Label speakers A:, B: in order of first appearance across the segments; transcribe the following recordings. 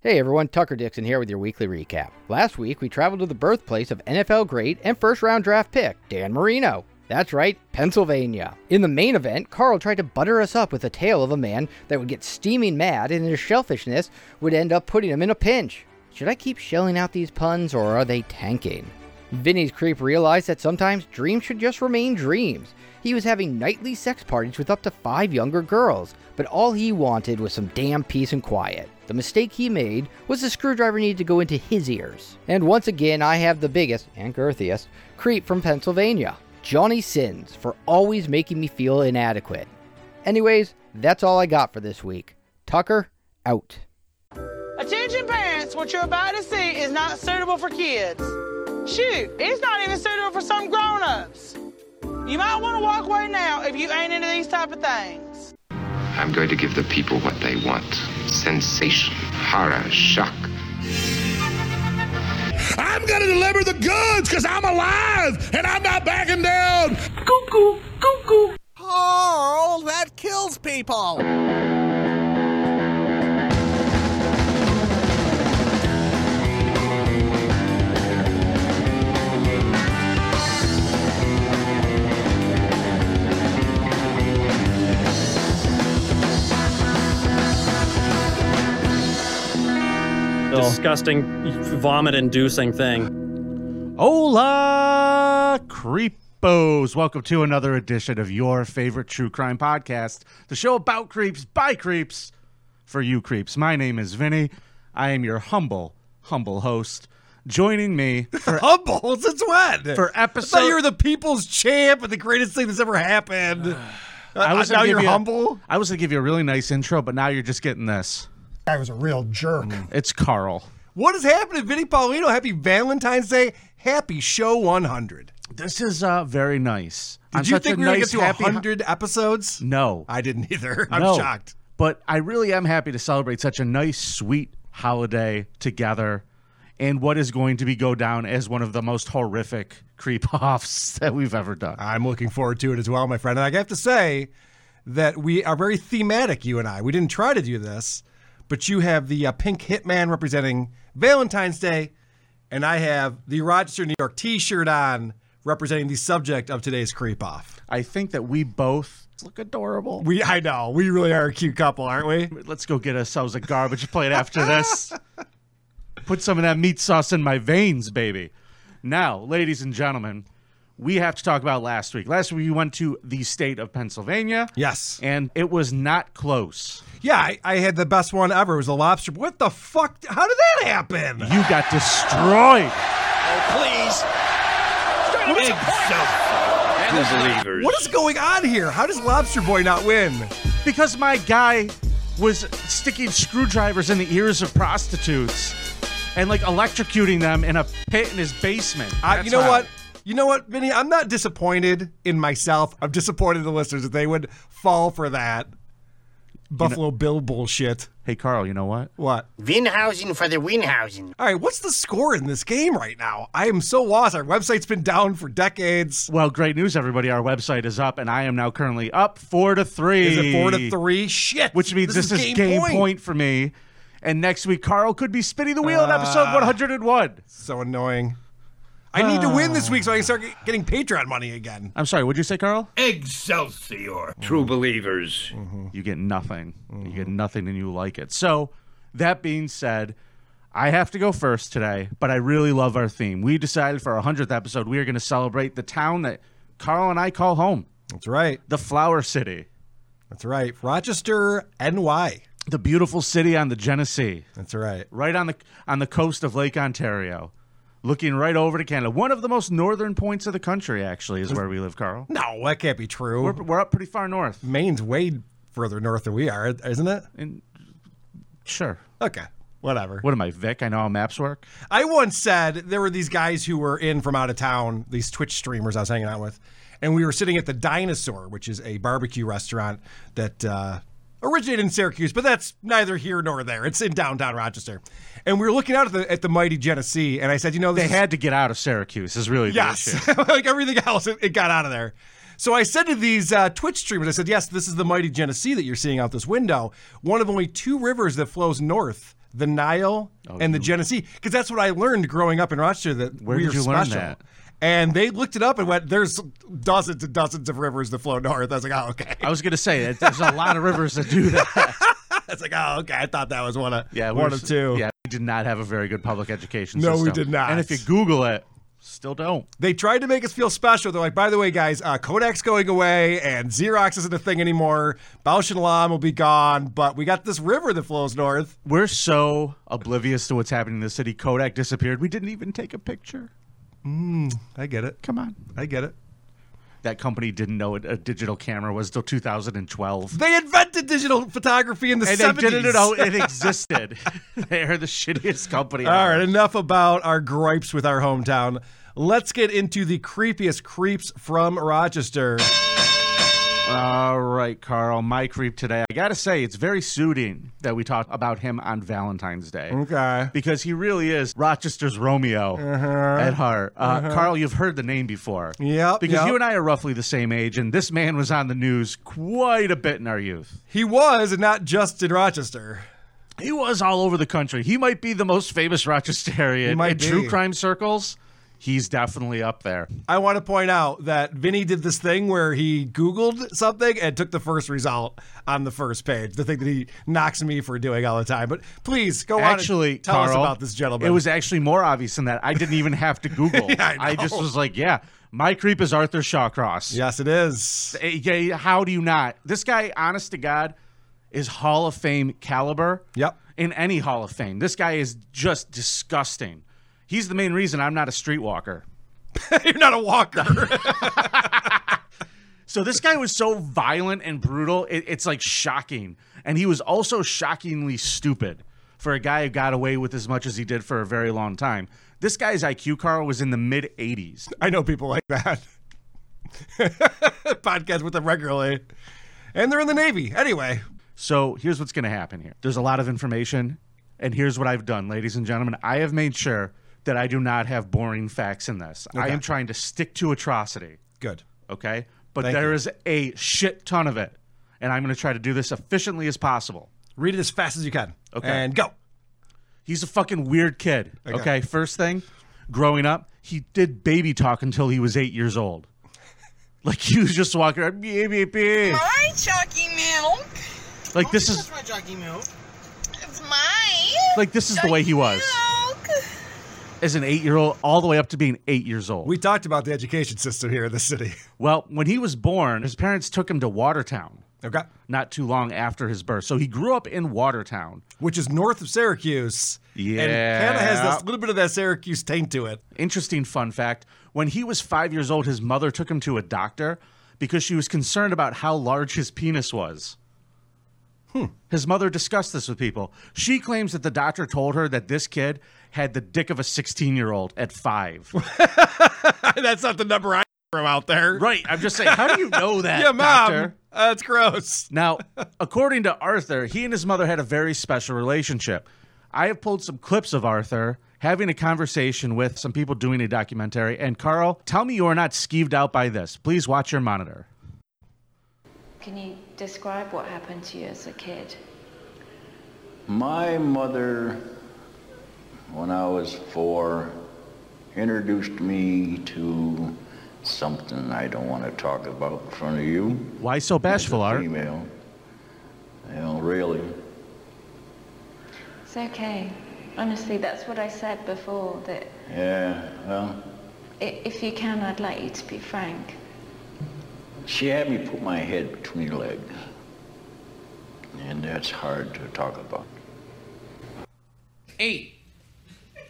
A: Hey everyone, Tucker Dixon here with your weekly recap. Last week, we traveled to the birthplace of NFL great and first round draft pick, Dan Marino. That's right, Pennsylvania. In the main event, Carl tried to butter us up with a tale of a man that would get steaming mad and his shellfishness would end up putting him in a pinch. Should I keep shelling out these puns or are they tanking? Vinny's creep realized that sometimes dreams should just remain dreams. He was having nightly sex parties with up to five younger girls, but all he wanted was some damn peace and quiet. The mistake he made was the screwdriver needed to go into his ears. And once again, I have the biggest and girthiest creep from Pennsylvania, Johnny Sins, for always making me feel inadequate. Anyways, that's all I got for this week. Tucker, out.
B: Attention parents, what you're about to see is not suitable for kids. Shoot, it's not even suitable for some grown-ups. You might want to walk away now if you ain't into these type of things.
C: I'm going to give the people what they want sensation, horror, shock.
D: I'm going to deliver the goods because I'm alive and I'm not backing down.
E: Carl, that kills people.
F: Oh.
G: disgusting, vomit inducing thing.
H: Hola, creepos. Welcome to another edition of your favorite true crime podcast, the show about creeps by creeps for you creeps. My name is Vinny. I am your humble, humble host. Joining me for,
I: Humble? Since when?
H: for
I: I thought you
H: episode
I: were the people's champ and the greatest thing that's ever happened.
H: I
I: Uh,
H: was gonna
I: now
H: give
I: you're
H: you a-
I: humble.
H: I was going to give you a really nice intro, but now you're just getting this. Mm.
J: guy was a real jerk.
H: It's Carl.
I: What is happening, Vinny Paulino? Happy Valentine's Day. Happy show 100.
H: This is uh, very nice.
I: Did
H: I'm
I: you
H: such
I: think
H: a
I: we were
H: nice,
I: going to get
H: happy-
I: to 100 episodes?
H: No.
I: I didn't either. I'm
H: No.
I: shocked.
H: But I really am happy to celebrate such a nice, sweet holiday together and what is going to be go down as one of the most horrific creep offs that we've ever done.
I: I'm looking forward to it as well, my friend. And I have to say that we are very thematic, you and I. We didn't try to do this, but you have the uh, pink hitman representing Valentine's Day, and I have the Rochester, New York t shirt on representing the subject of today's creep off.
H: I think that we both look adorable.
I: We, I know, we really are a cute couple, aren't we?
H: Let's go get ourselves a garbage plate after this. Put some of that meat sauce in my veins, baby. Now, ladies and gentlemen, we have to talk about last week. Last week, we went to the state of Pennsylvania.
I: Yes.
H: And it was not close.
I: Yeah, I, I had the best one ever. It was a lobster. What the fuck? How did that happen?
H: You got destroyed.
I: What is going on here? How does Lobster Boy not win?
H: because my guy was sticking screwdrivers in the ears of prostitutes and like electrocuting them in a pit in his basement.
I: I,
H: That's
I: you know
H: how-
I: what? You know what, Vinny? I'm not disappointed in myself. I'm disappointed in the listeners that they would fall for that Buffalo Bill bullshit.
H: Hey Carl, you know what?
I: What?
K: Winhausen for the Winhausen.
I: All right, what's the score in this game right now? I am so lost. Our website's been down for decades.
H: Well, great news, everybody. Our website is up, and I am now currently up four to three.
I: Is it four to three? Shit.
H: Which means this, is, game, point. for me. And next week, Carl could be spinning the wheel
I: Uh,
H: in episode 101.
I: So annoying. I need to win this week so I can start get- getting Patreon money again.
H: I'm sorry, what'd you say, Carl? Mm-hmm.
E: Excelsior.
L: true believers.
H: you get nothing. You get nothing and you like it. So, that being said, I have to go first today, but I really love our theme. We decided for our 100th episode, we are going to celebrate the town that Carl and I call home,
I: That's right.
H: the Flower City,
I: That's right. Rochester, NY.
H: the beautiful city on the Genesee,
I: That's right.
H: right on the on the coast of Lake Ontario, looking right over to Canada. One of the most northern points of the country actually is where we live, Carl.
I: No, that can't be true.
H: We're, we're up pretty far north.
I: Maine's way further north than we are, isn't it?
H: Sure.
I: Okay. Whatever.
H: What am I, Vic? I know how maps work.
I: I once said there were these guys who were in from out of town, these Twitch streamers I was hanging out with, and we were sitting at the Dinosaur, which is a barbecue restaurant that uh, originated in Syracuse, but that's neither here nor there. It's in downtown Rochester, and we were looking out at the, at the mighty Genesee, and I said, you know, this
H: They
I: is-
H: had to get out of Syracuse. Is really the issue.
I: Yes. like everything else, it, it got out of there. So I said to these uh, Twitch streamers, I said, yes, this is the mighty Genesee that you're seeing out this window, one of only two rivers that flows north the Nile, and the Genesee. Because that's what I learned growing up in Rochester that
H: Oh, Where
I: we
H: did
I: are
H: you learn
I: special.
H: that?
I: And they looked it up and went, "There's dozens and dozens of rivers that flow north." I was like, "Oh, okay."
H: I was gonna say that there's a lot of rivers that do that.
I: I was like, "Oh, okay." I thought that was one of
H: Yeah,
I: one
H: we're
I: of
H: s-
I: two.
H: Yeah, we did not have a very good public education
I: No, we
H: system.
I: did not.
H: And if you Google it, still don't.
I: They tried to make us feel special. They're like, "By the way, guys, uh, Kodak's going away, and Xerox isn't a thing anymore. Bausch and Lomb will be gone, but we got this river that flows north."
H: We're so oblivious to what's happening in the city. Kodak disappeared. We didn't even take a picture.
I: I get it.
H: Come on.
I: I get it.
H: That company didn't know what a digital camera was till 2012.
I: They invented digital photography in the
H: And
I: 70s.
H: they didn't know it existed. They're the shittiest company.
I: All right,
H: ever.
I: enough about our gripes with our hometown. Let's get into the creepiest creeps from Rochester.
H: All right, Carl. My creep today. I gotta say, it's very suiting that we talk about him on Valentine's Day.
I: Okay.
H: Because he really is Rochester's Romeo at heart. Uh, Carl, you've heard the name before.
I: Uh-huh. Yep,
H: Because
I: yep.
H: you and I are roughly the same age, and this man was on the news quite a bit in our youth.
I: He was, and not just in Rochester.
H: He was all over the country. He might be the most famous Rochesterian
I: He might
H: in
I: be.
H: true crime circles. He's definitely up there.
I: I want to point out that Vinny did this thing where he Googled something and took the first result on the first page, the thing that he knocks me for doing all the time. But please go on
H: actually,
I: and tell us
H: Carl,
I: about this gentleman.
H: It was actually more obvious than that. I didn't even have to Google.
I: Yeah, I
H: just
I: know.
H: was like, yeah, my creep is Arthur Shawcross.
I: Yes, it is.
H: Eh, yeah, how do you not? This guy, honest to God, is Hall of Fame caliber.
I: Yep.
H: In any Hall of Fame, this guy is just disgusting. He's the main reason I'm not a streetwalker.
I: You're not a walker.
H: So this guy was so violent and brutal, it, it's like shocking. And he was also shockingly stupid for a guy who got away with as much as he did for a very long time. This guy's IQ, Carl, was in the mid 80s.
I: I know people like that. Podcast with them regularly. And they're in the Navy. Anyway,
H: So here's what's going to happen here. There's a lot of information, and here's what I've done, ladies and gentlemen. I have made sure that I do not have boring facts in this. I am trying to stick to atrocity,
I: good.
H: okay? But
I: Thank
H: there
I: you.
H: is a shit ton of it, and I'm going to try to do this efficiently as possible.
I: Read it as fast as you can.
H: Okay.
I: And go.
H: He's a fucking weird kid. Okay. First thing, growing up, he did baby talk until he was eight years old. Like he was just walking around, "Beep, beep, beep."
J: All right, Chalky Milk.
H: like this is
K: my jockey milk.
J: It's mine.
H: like this is the way he was
J: Milk.
H: as an eight year old, all the way up to being eight years old.
I: We talked about the education system here in the city.
H: well, when he was born, his parents took him to Watertown
I: Okay.
H: not too long after his birth, so he grew up in Watertown.
I: Which is north of Syracuse. And kind of has
H: Yeah.
I: this little bit of that Syracuse taint to it.
H: Interesting fun fact when he was five years old, his mother took him to a doctor because she was concerned about how large his penis was. His mother discussed this with people. She claims that the doctor told her that this kid had the dick of a 16 year old at five.
I: That's not the number I throw out there.
H: right. I'm just saying, how do you know that?
I: Yeah, mom.
H: doctor?
I: That's gross.
H: Now, according to Arthur, he and his mother had a very special relationship. I have pulled some clips of Arthur having a conversation with some people doing a documentary. And Carl, tell me you are not skeeved out by this. Please watch your monitor.
J: Can you describe what happened to you as a kid?
L: My mother, when I was four, introduced me to something I don't want to talk about in front of you.
H: Why so bashful, Art?
L: Female. Well, really.
J: It's okay. Honestly, that's what I said before. That
L: Yeah, well,
J: i- if you can, I'd like you to be frank.
L: she had me put my head between her legs. And that's hard to talk about.
K: Hey,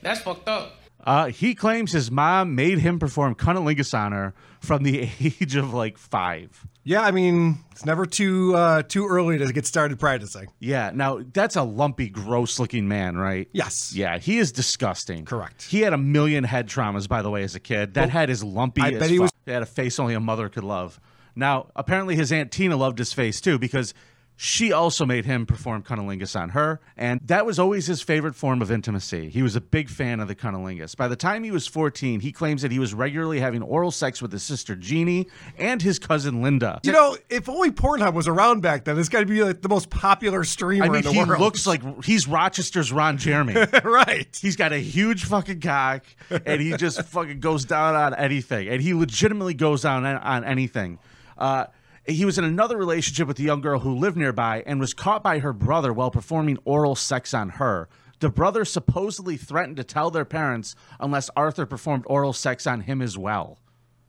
K: that's fucked up.
H: Uh, he claims his mom made him perform cunnilingus on her from the age of like five.
I: Yeah, I mean, it's never too uh, too early to get started practicing.
H: Yeah, now that's a lumpy, gross looking man, right?
I: Yes.
H: Yeah, he is disgusting.
I: Correct.
H: He had a million head traumas, by the way, as a kid. That head is lumpy.
I: I
H: as
I: bet he
H: fuck.
I: was-
H: He had a face only a mother could love. Now, apparently, his aunt Tina loved his face too because She also made him perform cunnilingus on her, and that was always his favorite form of intimacy. He was a big fan of the cunnilingus. By the time he was 14, he claims that he was regularly having oral sex with his sister Jeannie and his cousin Linda.
I: You know, if only Pornhub was around back then, this got to be like the most popular streamer
H: I mean,
I: in the
H: he
I: world.
H: looks like he's Rochester's Ron Jeremy.
I: right.
H: He's got a huge fucking cock, and he just fucking goes down on anything, and he legitimately goes down on, on anything. Uh, he was in another relationship with a young girl who lived nearby and was caught by her brother while performing oral sex on her. The brother supposedly threatened to tell their parents unless Arthur performed oral sex on him as well.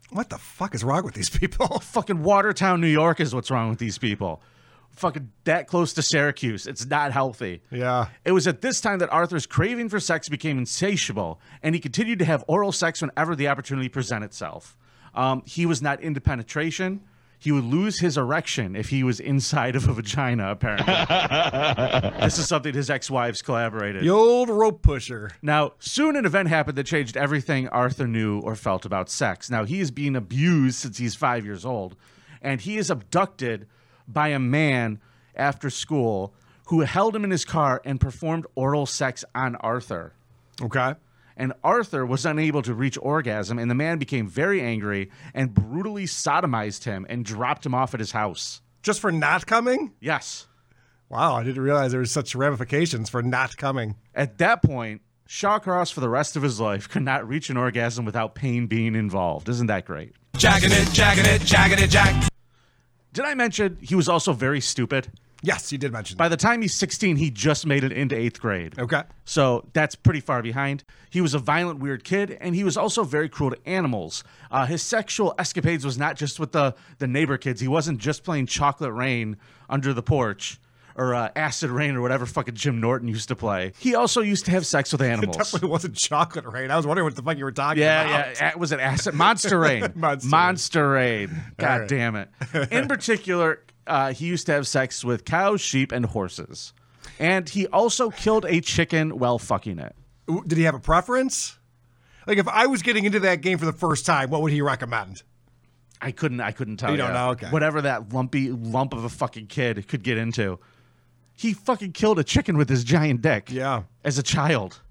I: What the fuck is wrong with these people?
H: fucking Watertown, New York is what's wrong with these people. Fucking that close to Syracuse. It's not healthy.
I: Yeah.
H: It was at this time that Arthur's craving for sex became insatiable, and he continued to have oral sex whenever the opportunity presented itself. Um, he was not into penetration. He would lose his erection if he was inside of a vagina, apparently. this is something his ex wives collaborated.
I: The old rope pusher.
H: Now, soon an event happened that changed everything Arthur knew or felt about sex. Now, he is being abused since he's five years old, and he is abducted by a man after school who held him in his car and performed oral sex on Arthur.
I: Okay.
H: And Arthur was unable to reach orgasm, and the man became very angry and brutally sodomized him and dropped him off at his house.
I: Just for not coming?
H: Yes.
I: Wow, I didn't realize there was such ramifications for not coming.
H: At that point, Shawcross, for the rest of his life, could not reach an orgasm without pain being involved. Isn't that great?
E: Jacking it, jacking it, jacking it, jack.
H: Did I mention he was also very stupid?
I: Yes, you did mention.
H: By the time he's 16, he just made it into eighth grade.
I: Okay.
H: So that's pretty far behind. He was a violent, weird kid, and he was also very cruel to animals. Uh, his sexual escapades was not just with the, the neighbor kids. He wasn't just playing chocolate rain under the porch or uh, acid rain or whatever fucking Jim Norton used to play. He also used to have sex with animals.
I: It definitely wasn't chocolate rain. I was wondering what the fuck you were talking
H: Yeah,
I: about.
H: yeah. a- Was it acid? Monster Rain.
I: Monster
H: Monster,
I: Rain.
H: Rain. God
I: right.
H: damn it. In particular, uh, he used to have sex with cows, sheep, and horses. And he also killed a chicken while fucking it.
I: Ooh, Did he have a preference? Like, if I was getting into that game for the first time, what would he recommend?
H: I couldn't. I couldn't tell
I: You
H: you.
I: don't know? Okay.
H: Whatever that lumpy lump of a fucking kid could get into, he fucking killed a chicken with his giant dick.
I: Yeah. Hmm.
H: As a child.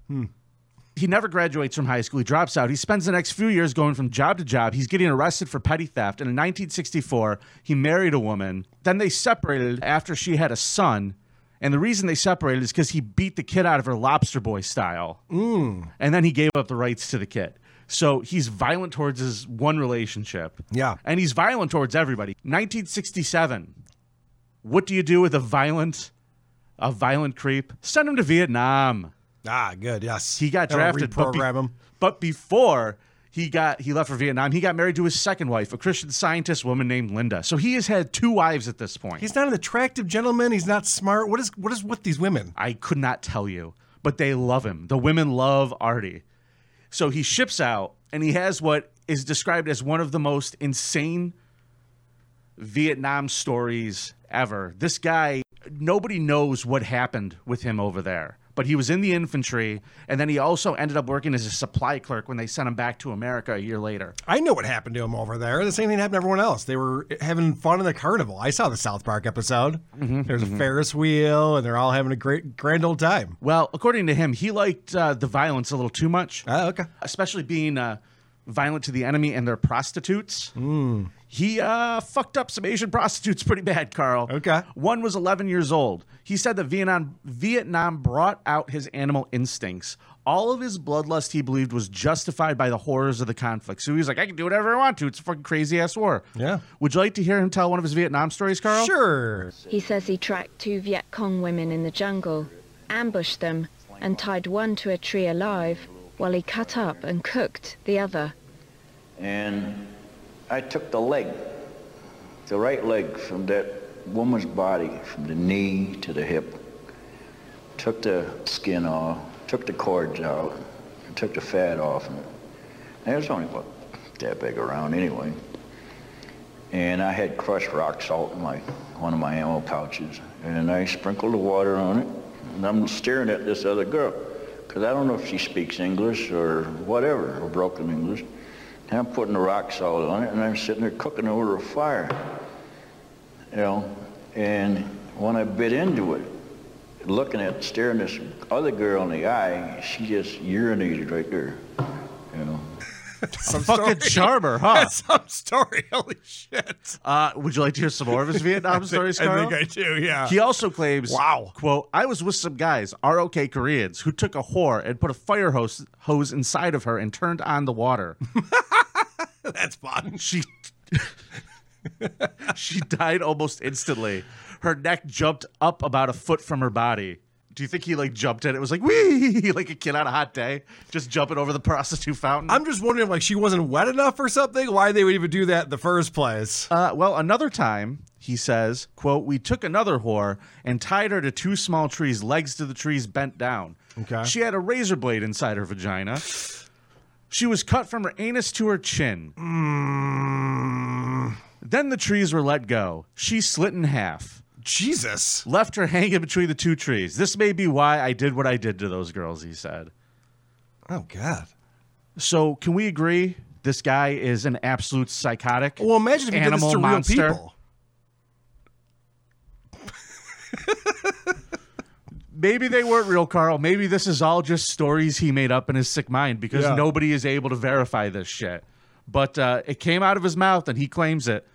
H: He never graduates from high school. He drops out. He spends the next few years going from job to job. He's getting arrested for petty theft. And in 1964, he married a woman. Then they separated after she had a son. And the reason they separated is because he beat the kid out of her lobster boy style. And then he gave up the rights to the kid. So he's violent towards his one relationship.
I: Yeah.
H: And he's violent towards everybody. 1967. What do you do with a violent a violent creep? Send him to Vietnam.
I: Ah, good. Yes.
H: He got
I: That'll
H: drafted but be-
I: Reprogram him.
H: But before he got he left for Vietnam, he got married to his second wife, a Christian scientist woman named Linda. So he has had two wives at this point.
I: He's not an attractive gentleman. He's not smart. What is what is with these women?
H: I could not tell you, but they love him. The women love Artie. So he ships out and he has what is described as one of the most insane Vietnam stories ever. This guy, nobody knows what happened with him over there, but he was in the infantry and then he also ended up working as a supply clerk when they sent him back to America a year later.
I: I know what happened to him over there. The same thing happened to everyone else. They were having fun in the carnival. I saw the South Park episode.
H: Mm-hmm,
I: There's a Ferris wheel, and they're all having a great, grand old time.
H: Well, according to him, he liked uh, the violence a little too much.
I: Oh, okay.
H: especially being uh, violent to the enemy and their prostitutes.
I: Mm.
H: He uh, fucked up some Asian prostitutes pretty bad, Carl.
I: Okay.
H: One was 11 years old. He said that Vietnam Vietnam brought out his animal instincts. All of his bloodlust, he believed, was justified by the horrors of the conflict. So he was like, I can do whatever I want to. It's a fucking crazy ass war.
I: Yeah.
H: Would you like to hear him tell one of his Vietnam stories, Carl?
I: Sure.
J: He says he tracked two Viet Cong women in the jungle, ambushed them, and tied one to a tree alive while he cut up and cooked the other.
L: And I took the leg, the right leg from that woman's body, from the knee to the hip, took the skin off, took the cords out, and took the fat off. And it was only about that big around anyway. And I had crushed rock salt in my, one of my ammo pouches. And I sprinkled the water on it. And I'm staring at this other girl. Because I don't know if she speaks English or whatever, or broken English. And I'm putting the rock salt on it, and I'm sitting there cooking over a fire. You know, and when I bit into it, looking at staring this other girl in the eye, she just urinated right there. You know.
I: Some
H: fucking
I: story.
H: charmer, huh?
I: That's some story. Holy shit.
H: Uh, would you like to hear some more of his
I: I
H: Vietnam
I: think-
H: stories,
I: I
H: Carl?
I: think I do, yeah.
H: He also claims,
I: Wow.
H: quote, I was with some guys, ROK Koreans, who took a whore and put a fire hose, hose inside of her and turned on the water.
I: That's fun.
H: She she died almost instantly. Her neck jumped up about a foot from her body. Do you think he like jumped in? It was like wee, like a kid on a hot day, just jumping over the prostitute fountain.
I: I'm just wondering, like, she wasn't wet enough or something. Why they would even do that in the first place?
H: Uh, well, another time he says, "quote We took another whore and tied her to two small trees, legs to the trees, bent down.
I: Okay.
H: She had a razor blade inside her vagina. She was cut from her anus to her chin.
I: Mm.
H: Then the trees were let go. She slit in half."
I: Jesus.
H: left her hanging between the two trees. This may be why I did what I did to those girls, he said.
I: Oh God.
H: So, can we agree this guy is an absolute psychotic?
I: Well, imagine if you did this
H: Animal
I: to real
H: monster.
I: people.
H: Maybe they weren't real, Carl. Maybe this is all just stories he made up in his sick mind because
I: Yeah.
H: nobody is able to verify this shit. But uh, it came out of his mouth and he claims it.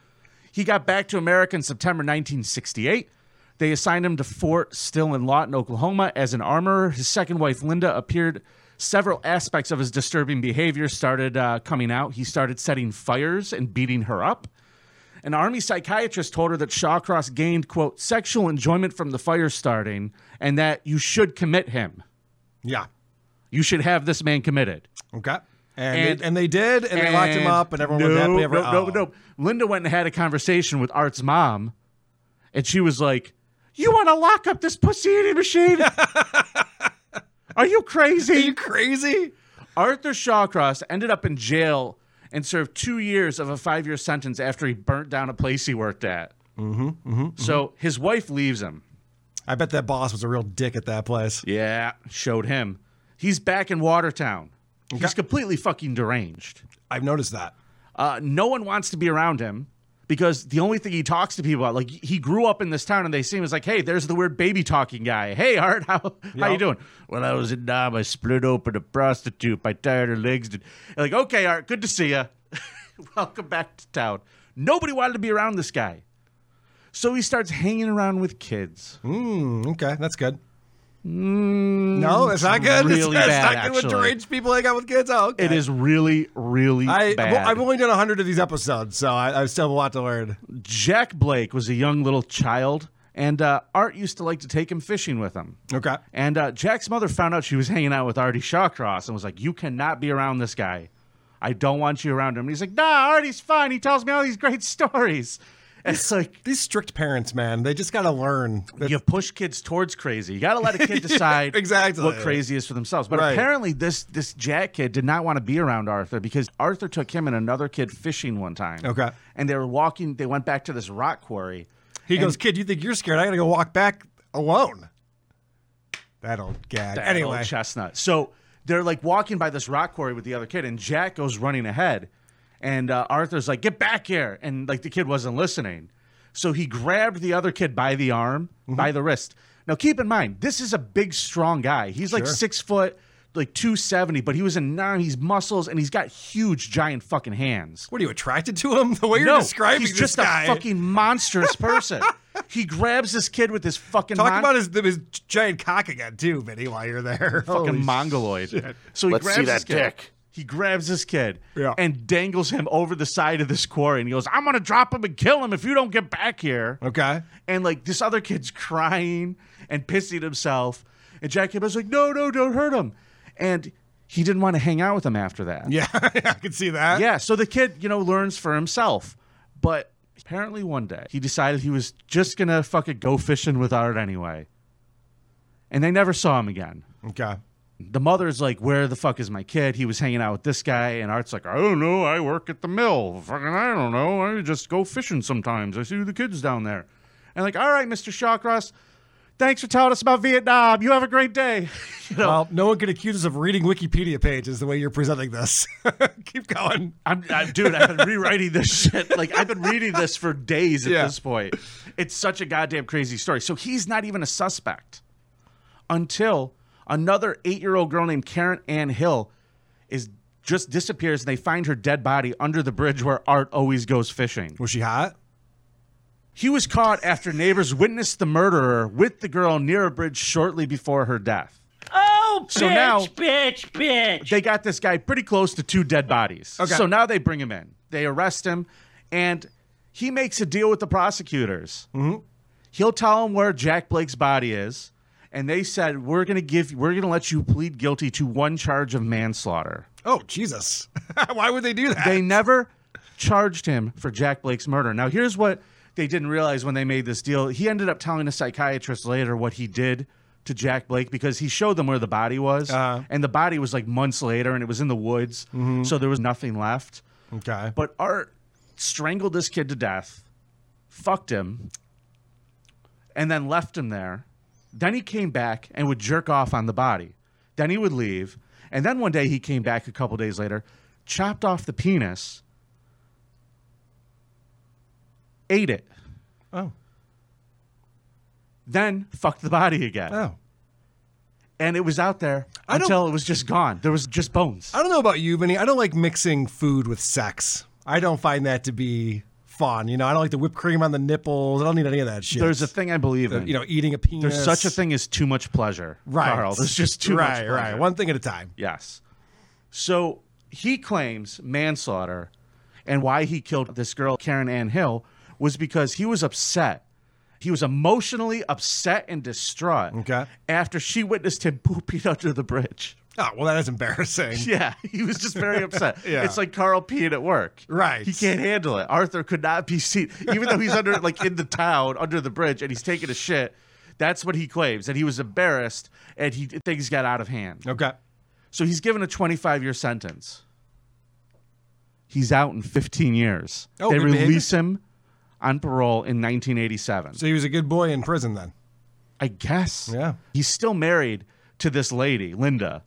H: He got back to America in September 1968. They assigned him to Fort Still in Lawton, Oklahoma, as an armorer. His second wife, Linda, appeared. Several aspects of his disturbing behavior started uh, coming out. He started setting fires and beating her up. An army psychiatrist told her that Shawcross gained, quote, sexual enjoyment from the fire starting and that you should commit him.
I: Yeah.
H: You should have this man committed.
I: Okay. And and
H: And-
I: they, and they did, and, they locked him up, and everyone was happy. Ever,
H: No, no,
I: oh.
H: no. Linda went and had a conversation with Art's mom, and she was like, You want to lock up this pussy eating machine? Are you crazy?
I: Are you crazy?
H: Arthur Shawcross ended up in jail and served two years of a five year sentence after he burnt down a place he worked at. Mm-hmm, so his wife leaves him.
I: I bet that boss was a real dick at that place.
H: Yeah, showed him. He's back in Watertown. He's completely fucking deranged.
I: I've noticed that.
H: Uh, no one wants to be around him because the only thing he talks to people about, like he grew up in this town, and they see him as like, "Hey, there's the weird baby talking guy. Hey, Art, how how
I: Yeah.
H: you doing? Well, I was in Nam. I split open a prostitute. I tired her legs. And, like, okay, Art, good to see you. Welcome back to town. Nobody wanted to be around this guy, so he starts hanging around with kids.
I: Mm, okay, that's good. no, Hmm, it's not good. It's-
H: really
I: it's,
H: bad,
I: not good when
H: actually.
I: deranged people hang out with kids. Oh, okay.
H: It is really, really
I: I,
H: bad.
I: I've only done 100 of these episodes, so I, I still have a lot to learn.
H: Jack Blake was a young little child, and uh, Art used to like to take him fishing with him.
I: Okay.
H: And uh, Jack's mother found out she was hanging out with Artie Shawcross and was like, You cannot be around this guy. I don't want you around him. And he's like, Nah, Artie's fine. He tells me all these great stories. And it's like,
I: These strict parents, man, they just got to learn.
H: you push kids towards crazy. You got to let a kid decide
I: exactly.
H: what crazy is for themselves. But
I: Right.
H: apparently, this, this Jack kid did not want to be around Arthur because Arthur took him and another kid fishing one time.
I: Okay.
H: And they were walking, they went back to this rock quarry.
I: He goes, Kid, you think you're scared? I got to go walk back alone. That old gag.
H: that
I: anyway.
H: old chestnut. So they're like walking by this rock quarry with the other kid, and Jack goes running ahead, and uh, Arthur's like, "Get back here!" And like the kid wasn't listening, so he grabbed the other kid by the arm,
I: Mm-hmm.
H: by the wrist. Now keep in mind, this is a big, strong guy. He's like
I: Sure.
H: six foot, like two seventy, but he was a nine. He's muscles, and he's got huge, giant fucking hands.
I: What are you attracted to him? The way you're
H: no,
I: describing
H: he's
I: this
H: just
I: guy.
H: a fucking monstrous person. he grabs this kid with his fucking
I: Talk
H: mon-
I: about his, his giant cock again too, Vinny, while you're there.
H: fucking
I: Holy
H: mongoloid. So he
M: Let's
H: grabs
M: see
H: this
M: that
H: kid.
M: dick.
H: He grabs this kid
I: Yeah.
H: and dangles him over the side of this quarry and he goes, I'm gonna drop him and kill him if you don't get back here.
I: sh- Okay.
H: And like this other kid's crying and pissing himself. And Jack Kibbett's like, No, no, don't hurt him. And he didn't want to hang out with him after that.
I: Yeah, I can see that.
H: Yeah, so the kid, you know, learns for himself. But apparently one day he decided he was just gonna fucking go fishing with Art anyway. And they never saw him again
I: Okay.
H: the mother's like, "Where the fuck is my kid? He was hanging out with this guy." And Art's like, "I don't know. I work at the mill. Fucking, I don't know. I just go fishing sometimes. I see the kids down there." And like, "All right, Mister Shawcross, thanks for telling us about Vietnam. You have a great day." you know,
I: Well, no one can accuse us of reading Wikipedia pages the way you're presenting this. Keep going.
H: I'm, I'm dude. I've been rewriting this shit. Like I've been reading this for days at
I: Yeah.
H: this point. It's such a goddamn crazy story. So he's not even a suspect until another eight year old girl named Karen Ann Hill is just disappears and they find her dead body under the bridge where Art always goes fishing.
I: Was she hot?
H: He was caught after neighbors witnessed the murderer with the girl near a bridge shortly before her death.
M: Oh, bitch,
H: So now-
M: bitch, bitch.
H: They got this guy pretty close to two dead bodies.
M: Okay.
H: So now they bring him in. They arrest him, and he makes a deal with the prosecutors. Mm-hmm. He'll tell them where Jack Blake's body is, and they said we're gonna give we're gonna let you plead guilty to one charge of manslaughter.
I: Oh, Jesus. Why would they do that?
H: They never charged him for Jack Blake's murder. Now, here's what they didn't realize when they made this deal. He ended up telling a psychiatrist later what he did to Jack Blake because he showed them where the body was. And the body was like months later and it was in the woods. So there was nothing left.
I: Okay.
H: But Art strangled this kid to death, fucked him, and then left him there. Then he came back and would jerk off on the body. Then he would leave. And then one day he came back a couple days later, chopped off the penis, ate it.
I: Oh.
H: Then fucked the body again.
I: Oh.
H: And it was out there
I: don't-
H: until it was just gone. There was just bones.
I: I don't know about you, Vinny. I don't like mixing food with sex. I don't find that to be fun. You know, I don't like the whipped cream on the nipples. I don't need any of that shit.
H: There's a thing I believe
I: The-
H: in.
I: you know, eating a penis.
H: There's such a thing as too much pleasure.
I: Right.
H: Carl. There's just too much
I: right,
H: pleasure.
I: right. One thing at a time.
H: Yes. So he claims manslaughter and why he killed this girl, Karen Ann Hill, was because he was upset. He was emotionally upset and distraught okay. after she witnessed him pooping under the bridge.
I: Oh, well, that is embarrassing.
H: Yeah, he was just very upset.
I: Yeah.
H: It's like Carl peeing at work.
I: Right.
H: He can't handle it. Arthur could not be seen, even though he's under, like, in the town under the bridge and he's taking a shit. That's what he claims, and he was embarrassed, and he things got out of hand.
I: Okay.
H: So he's given a 25 year sentence. He's out in 15 years.
I: Oh,
H: they
I: good behavior.
H: release him on parole in 1987.
I: So he was a good boy in prison then.
H: I guess. Yeah. He's still married to this lady, Linda.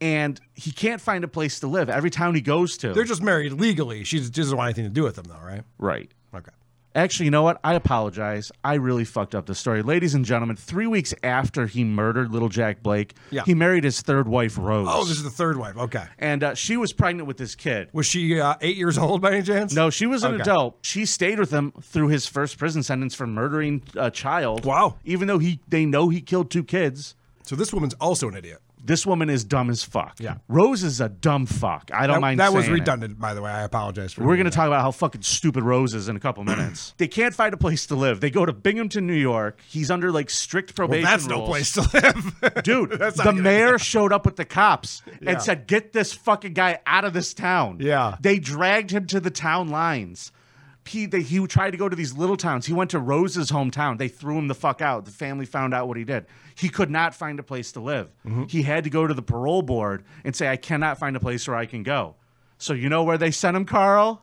H: And he can't find a place to live every town he goes to.
I: They're just married legally. She just doesn't want anything to do with them, though, right?
H: Right.
I: Okay.
H: Actually, you know what? I apologize. I really fucked up the story. Ladies and gentlemen, three weeks after he murdered little Jack Blake,
I: Yeah.
H: he married his third wife, Rose.
I: Oh, this is the third wife. Okay.
H: and uh, she was pregnant with this kid.
I: Was she uh, eight years old by any chance?
H: No, she was an
I: Okay.
H: adult. She stayed with him through his first prison sentence for murdering a child. Wow. Even though he they know he killed two kids.
I: So this woman's also an idiot.
H: This woman is dumb as fuck.
I: Yeah.
H: Rose is a dumb fuck. I don't
I: that,
H: mind
I: That was
H: saying it.
I: redundant, by the way. I apologize for
H: We're going to talk about how fucking stupid Rose is in a couple minutes. they can't find a place to live. They go to Binghamton, New York. He's under like strict
I: Well,
H: probation.
I: that's no
H: rules.
I: place to live.
H: Dude,
I: That's not
H: the
I: a good
H: mayor showed up with the cops
I: Yeah.
H: and said, Get this fucking guy out of this town.
I: Yeah.
H: They dragged him to the town lines. He, they, he tried to go to these little towns. He went to Rose's hometown. They threw him the fuck out. The family found out what he did. He could not find a place to live.
I: Mm-hmm.
H: He had to go to the parole board and say, I cannot find a place where I can go. So, you know where they sent him, Carl?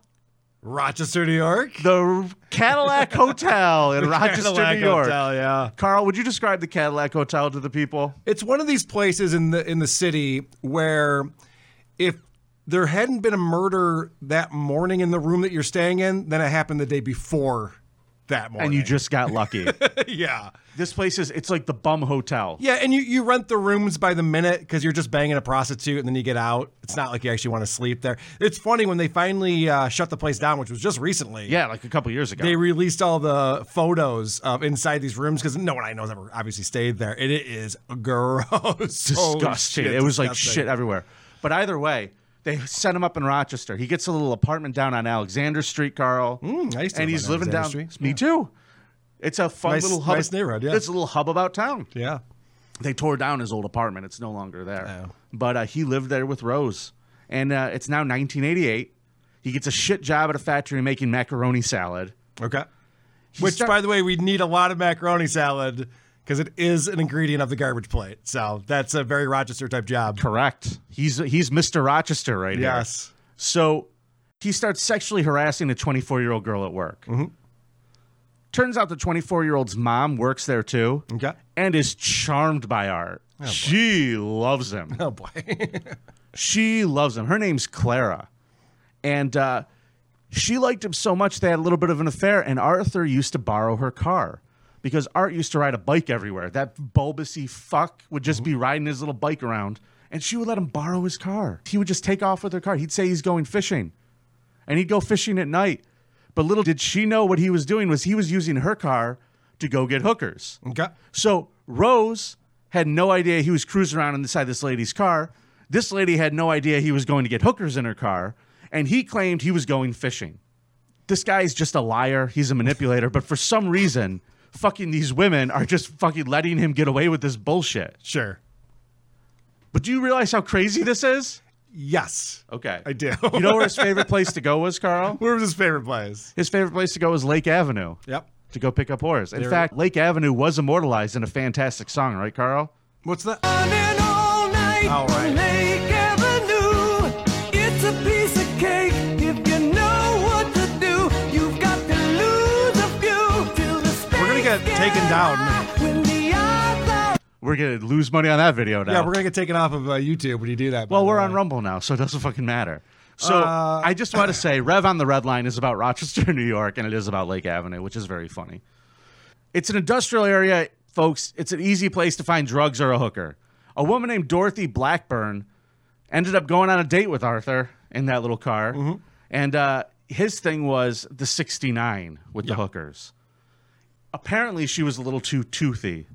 I: Rochester, New York.
H: The Cadillac Hotel in
I: The
H: Rochester,
I: Cadillac
H: New York.
I: Hotel, yeah.
H: Carl, would you describe the Cadillac Hotel to the people?
I: It's one of these places in the in the city where if there hadn't been a murder that morning in the room that you're staying in, then it happened the day before that morning.
H: And you just got lucky.
I: yeah.
H: This place is it's like the bum hotel.
I: Yeah, and you, you rent the rooms by the minute because you're just banging a prostitute and then you get out. It's not like you actually want to sleep there. It's funny when they finally uh, shut the place down, which was just recently.
H: Yeah, like a couple years ago.
I: They released all the photos of inside these rooms because no one I know has ever obviously stayed there. And it is gross. Holy
H: disgusting.
I: shit,
H: it was like
I: disgusting.
H: shit everywhere. But either way, they set him up in Rochester. He gets a little apartment down on Alexander Street, Carl.
I: I used to
H: and
I: live
H: he's
I: on
H: living down.
I: Alexander Street.
H: Me too. It's a fun
I: Nice-
H: little hub.
I: nice neighborhood, yeah.
H: It's a little hub about town.
I: Yeah.
H: They tore down his old apartment. It's no longer there. But uh, he lived there with Rose, and uh, it's now 1988. He gets a shit job at a factory making macaroni salad.
I: Okay. Which,
H: start-
I: by the way, we need a lot of macaroni salad because it is an ingredient of the garbage plate. So that's a very Rochester type job.
H: Correct. He's he's Mr. Rochester right here.
I: Yes.
H: So he starts sexually harassing a 24 year old girl at work. Turns out the 24 year old's mom works there too.
I: Okay.
H: And is charmed by Art. she loves him.
I: Oh boy.
H: she loves him. Her name's Clara. And uh, She liked him so much they had a little bit of an affair, and Arthur used to borrow her car because Art used to ride a bike everywhere. That bulbousy fuck would just
I: Mm-hmm.
H: be riding his little bike around, and she would let him borrow his car. He would just take off with her car. He'd say he's going fishing, and he'd go fishing at night. But little did she know what he was doing was he was using her car to go get hookers.
I: Okay.
H: So Rose had no idea he was cruising around inside this lady's car. This lady had no idea he was going to get hookers in her car, and he claimed he was going fishing. This guy's just a liar. He's a manipulator, but for some reason, fucking these women are just fucking letting him get away with this bullshit.
I: Sure.
H: But do you realize how crazy this is?
I: Yes.
H: Okay.
I: I do.
H: you know where his favorite place to go was, Carl?
I: Where was his favorite place?
H: His favorite place to go was Lake Avenue.
I: Yep.
H: To go pick up whores. In
I: There-
H: fact, Lake Avenue was immortalized in a fantastic song, right, Carl?
I: What's that?
N: All right. Lake Avenue. It's a piece of cake if you know what to do. You've got to lose a few till the
I: We're gonna get taken down.
N: when the odds are
H: We're gonna lose money on that video now.
I: Yeah, we're gonna get taken off of uh, YouTube when you do that.
H: Well, we're on Rumble now, so it doesn't fucking matter. So
I: Uh,
H: I just want to say, Rev on the Red Line is about Rochester, New York, and it is about Lake Avenue, which is very funny. It's an industrial area, folks. It's an easy place to find drugs or a hooker. A woman named Dorothy Blackburn ended up going on a date with Arthur in that little car,
I: Mm-hmm.
H: and uh, his thing was the '69 with the hookers. Apparently, she was a little too toothy.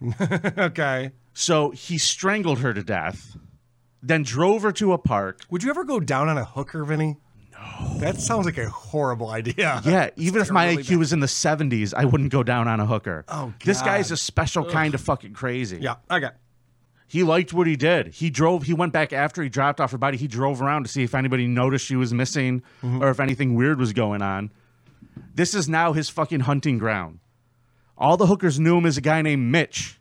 I: okay.
H: So he strangled her to death, then drove her to a park.
I: Would you ever go down on a hooker, Vinny? No. That sounds like a horrible idea.
H: Yeah, even if my
I: really
H: IQ was in the 70s, I wouldn't go down on a hooker.
I: Oh,
H: This
I: God.
H: guy's a special
I: Ugh.
H: kind of fucking crazy.
I: Yeah, okay.
H: He liked what he did. He drove, he went back after he dropped off her body. He drove around to see if anybody noticed she was missing or if anything weird was going on. This is now his fucking hunting ground. All the hookers knew him as a guy named Mitch.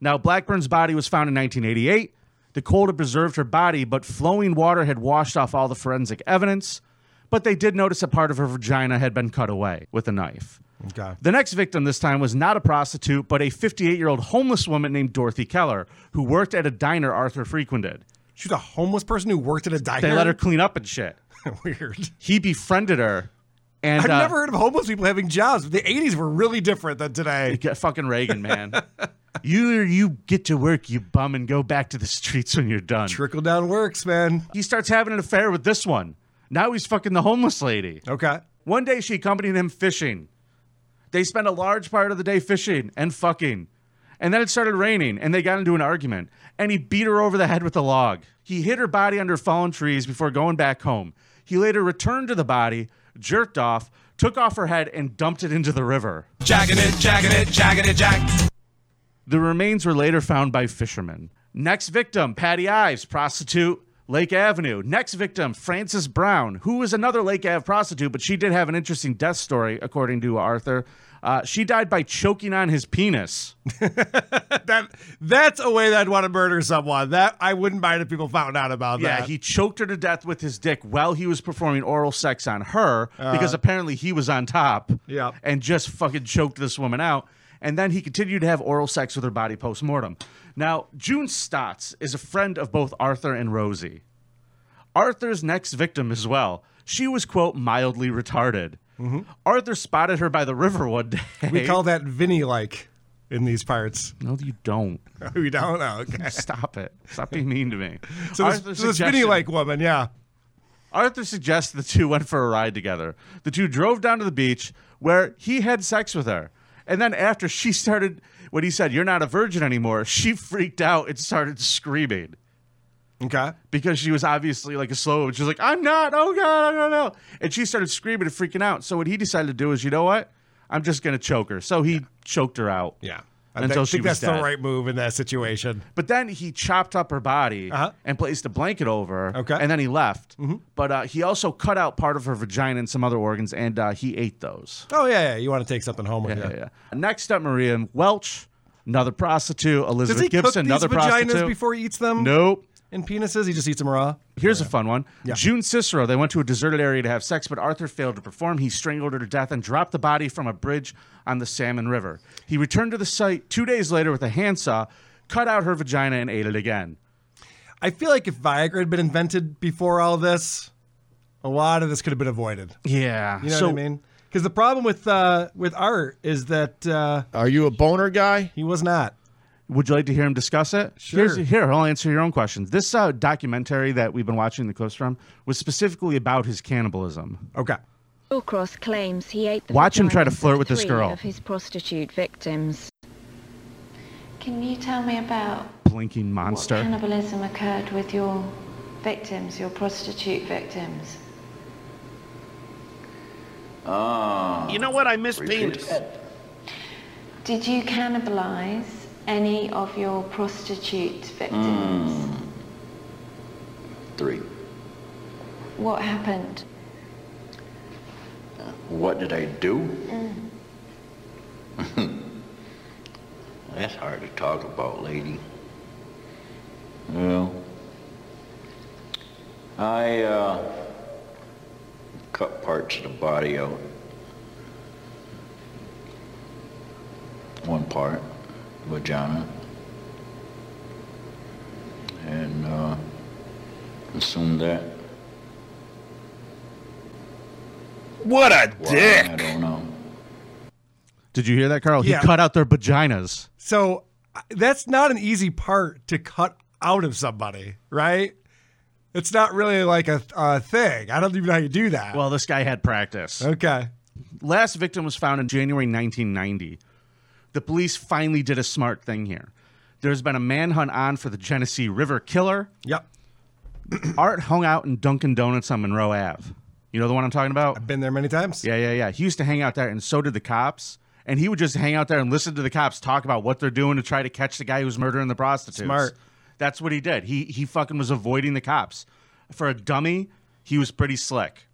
H: Now, Blackburn's body was found in 1988. The cold had preserved her body, but flowing water had washed off all the forensic evidence. But they did notice a part of her vagina had been cut away with a knife.
I: Okay.
H: The next victim this time was not a prostitute, but a 58 year old homeless woman named Dorothy Keller, who worked at a diner Arthur frequented.
I: She was a homeless person who worked at a diner.
H: They let her clean up and shit.
I: Weird.
H: He befriended her. And
I: I've
H: uh,
I: never heard of homeless people having jobs. The '80s were really different than today.
H: Get fucking Reagan, man. you you get to work, you bum, and go back to the streets when you're done.
I: Trickle down works, man.
H: He starts having an affair with this one. Now he's fucking the homeless lady.
I: Okay.
H: One day she accompanied him fishing. They spent a large part of the day fishing and fucking. And then it started raining and they got into an argument. And he beat her over the head with a log. He hid her body under fallen trees before going back home. He later returned to the body, jerked off, took off her head, and dumped it into the river.
E: Jacking it, jacking it, jacking it, jack.
H: The remains were later found by fishermen. Next victim, Patty Ives, prostitute, Lake Avenue. Next victim, Frances Brown, who was another Lake Ave prostitute, but she did have an interesting death story, according to Arthur. Uh, she died by choking on his penis.
I: That's a way that I'd want to murder someone. That I wouldn't mind if people found out about
H: yeah,
I: that.
H: he choked her to death with his dick while he was performing oral sex on her because
I: Uh-huh.
H: apparently he was on top
I: Yep.
H: and just fucking choked this woman out. And then he continued to have oral sex with her body post mortem. Now, June Stotts is a friend of both Arthur and Rosie. Arthur's next victim as well. She was, quote, mildly retarded. Arthur spotted her by the river one day.
I: Mm-hmm. we call that Vinny like in these parts.
H: No, you don't.
I: we don't know. Okay.
H: Stop it. Stop being mean to me.
I: So this,
H: Arthur's
I: so this
H: suggestion-
I: Vinny like woman, yeah.
H: Arthur suggests the two went for a ride together. The two drove down to the beach where he had sex with her. And then after she started, when he said, You're not a virgin anymore, she freaked out and started screaming
I: Okay.
H: because she was obviously like a slow. She was like, I'm not. Oh, God. I don't know. And she started screaming and freaking out. So what he decided to do is, You know what? I'm just going to choke her. So he choked her out.
I: Yeah. I
H: Until
I: think,
H: she
I: think
H: was
I: that's
H: dead.
I: the right move in that situation.
H: But then he chopped up her body and placed a blanket over her.
I: Uh-huh. Okay. Mm-hmm.
H: And then he left. But uh, he also cut out part of her vagina and some other organs, and uh, he ate those.
I: Oh yeah, yeah. You want to take something home with you.
H: Yeah. Next up, Maria Welch, another prostitute. Elizabeth
I: Does he
H: Gibson,
I: cook these
H: another
I: vaginas
H: prostitute.
I: before he eats them?
H: nope.
I: And penises, he just eats them raw.
H: Here's a fun one. June Cicero, they went to a deserted area to have sex, but Arthur failed to perform. He strangled her to death and dropped the body from a bridge on the Salmon River. He returned to the site two days later with a handsaw, cut out her vagina, and ate it again.
I: I feel like if Viagra had been invented before all this, A lot of this could have been avoided.
H: Yeah.
I: You know
O: so,
I: what I mean? Because the problem with uh, with art is that uh,
O: are you a boner guy?
I: He was not.
H: Would you like to hear him discuss it?
I: Sure.
H: Here's, here, I'll answer your own questions. This uh, documentary that we've been watching the clips from was specifically about his cannibalism.
I: Okay.
J: Shawcross claims he ate the
H: Watch him try to
J: vaginas of
H: flirt with this
J: three
H: girl.
J: of his prostitute victims.
F: Can you tell me about
H: Blinking monster.
F: cannibalism occurred with your victims, your prostitute victims?
L: Ah.
F: You know what? I miss
L: repeat
F: penis.
L: it.
F: Did you cannibalize any of your prostitute victims?
P: Hmm.
L: Mm. Three.
F: What happened?
L: What did I do?
F: Mm.
L: Mm. That's hard to talk about, lady. Well, I uh, cut parts of the body out. One part, vagina. And uh, consumed that.
O: What a
L: Why, I don't know.
H: Did you hear that, Carl?
I: Yeah.
H: He cut out their vaginas.
I: So I- that's not an easy part to cut out of somebody, right? It's not really like a, a thing. I don't even know how you do that.
H: Well, this guy had practice.
I: Okay.
H: Last victim was found in January 1990. The police finally did a smart thing here. There's been a manhunt on for the Genesee River killer.
I: Yep.
H: Art hung out in Dunkin' Donuts on Monroe Ave. You know the one I'm talking about? I've
I: been there many times.
H: Yeah, yeah, yeah. He used to hang out there, and so did the cops. And he would just hang out there and listen to the cops talk about what they're doing to try to catch the guy who's murdering the prostitutes.
I: Smart.
H: That's what he did. He he fucking was avoiding the cops. For a dummy, he was pretty slick.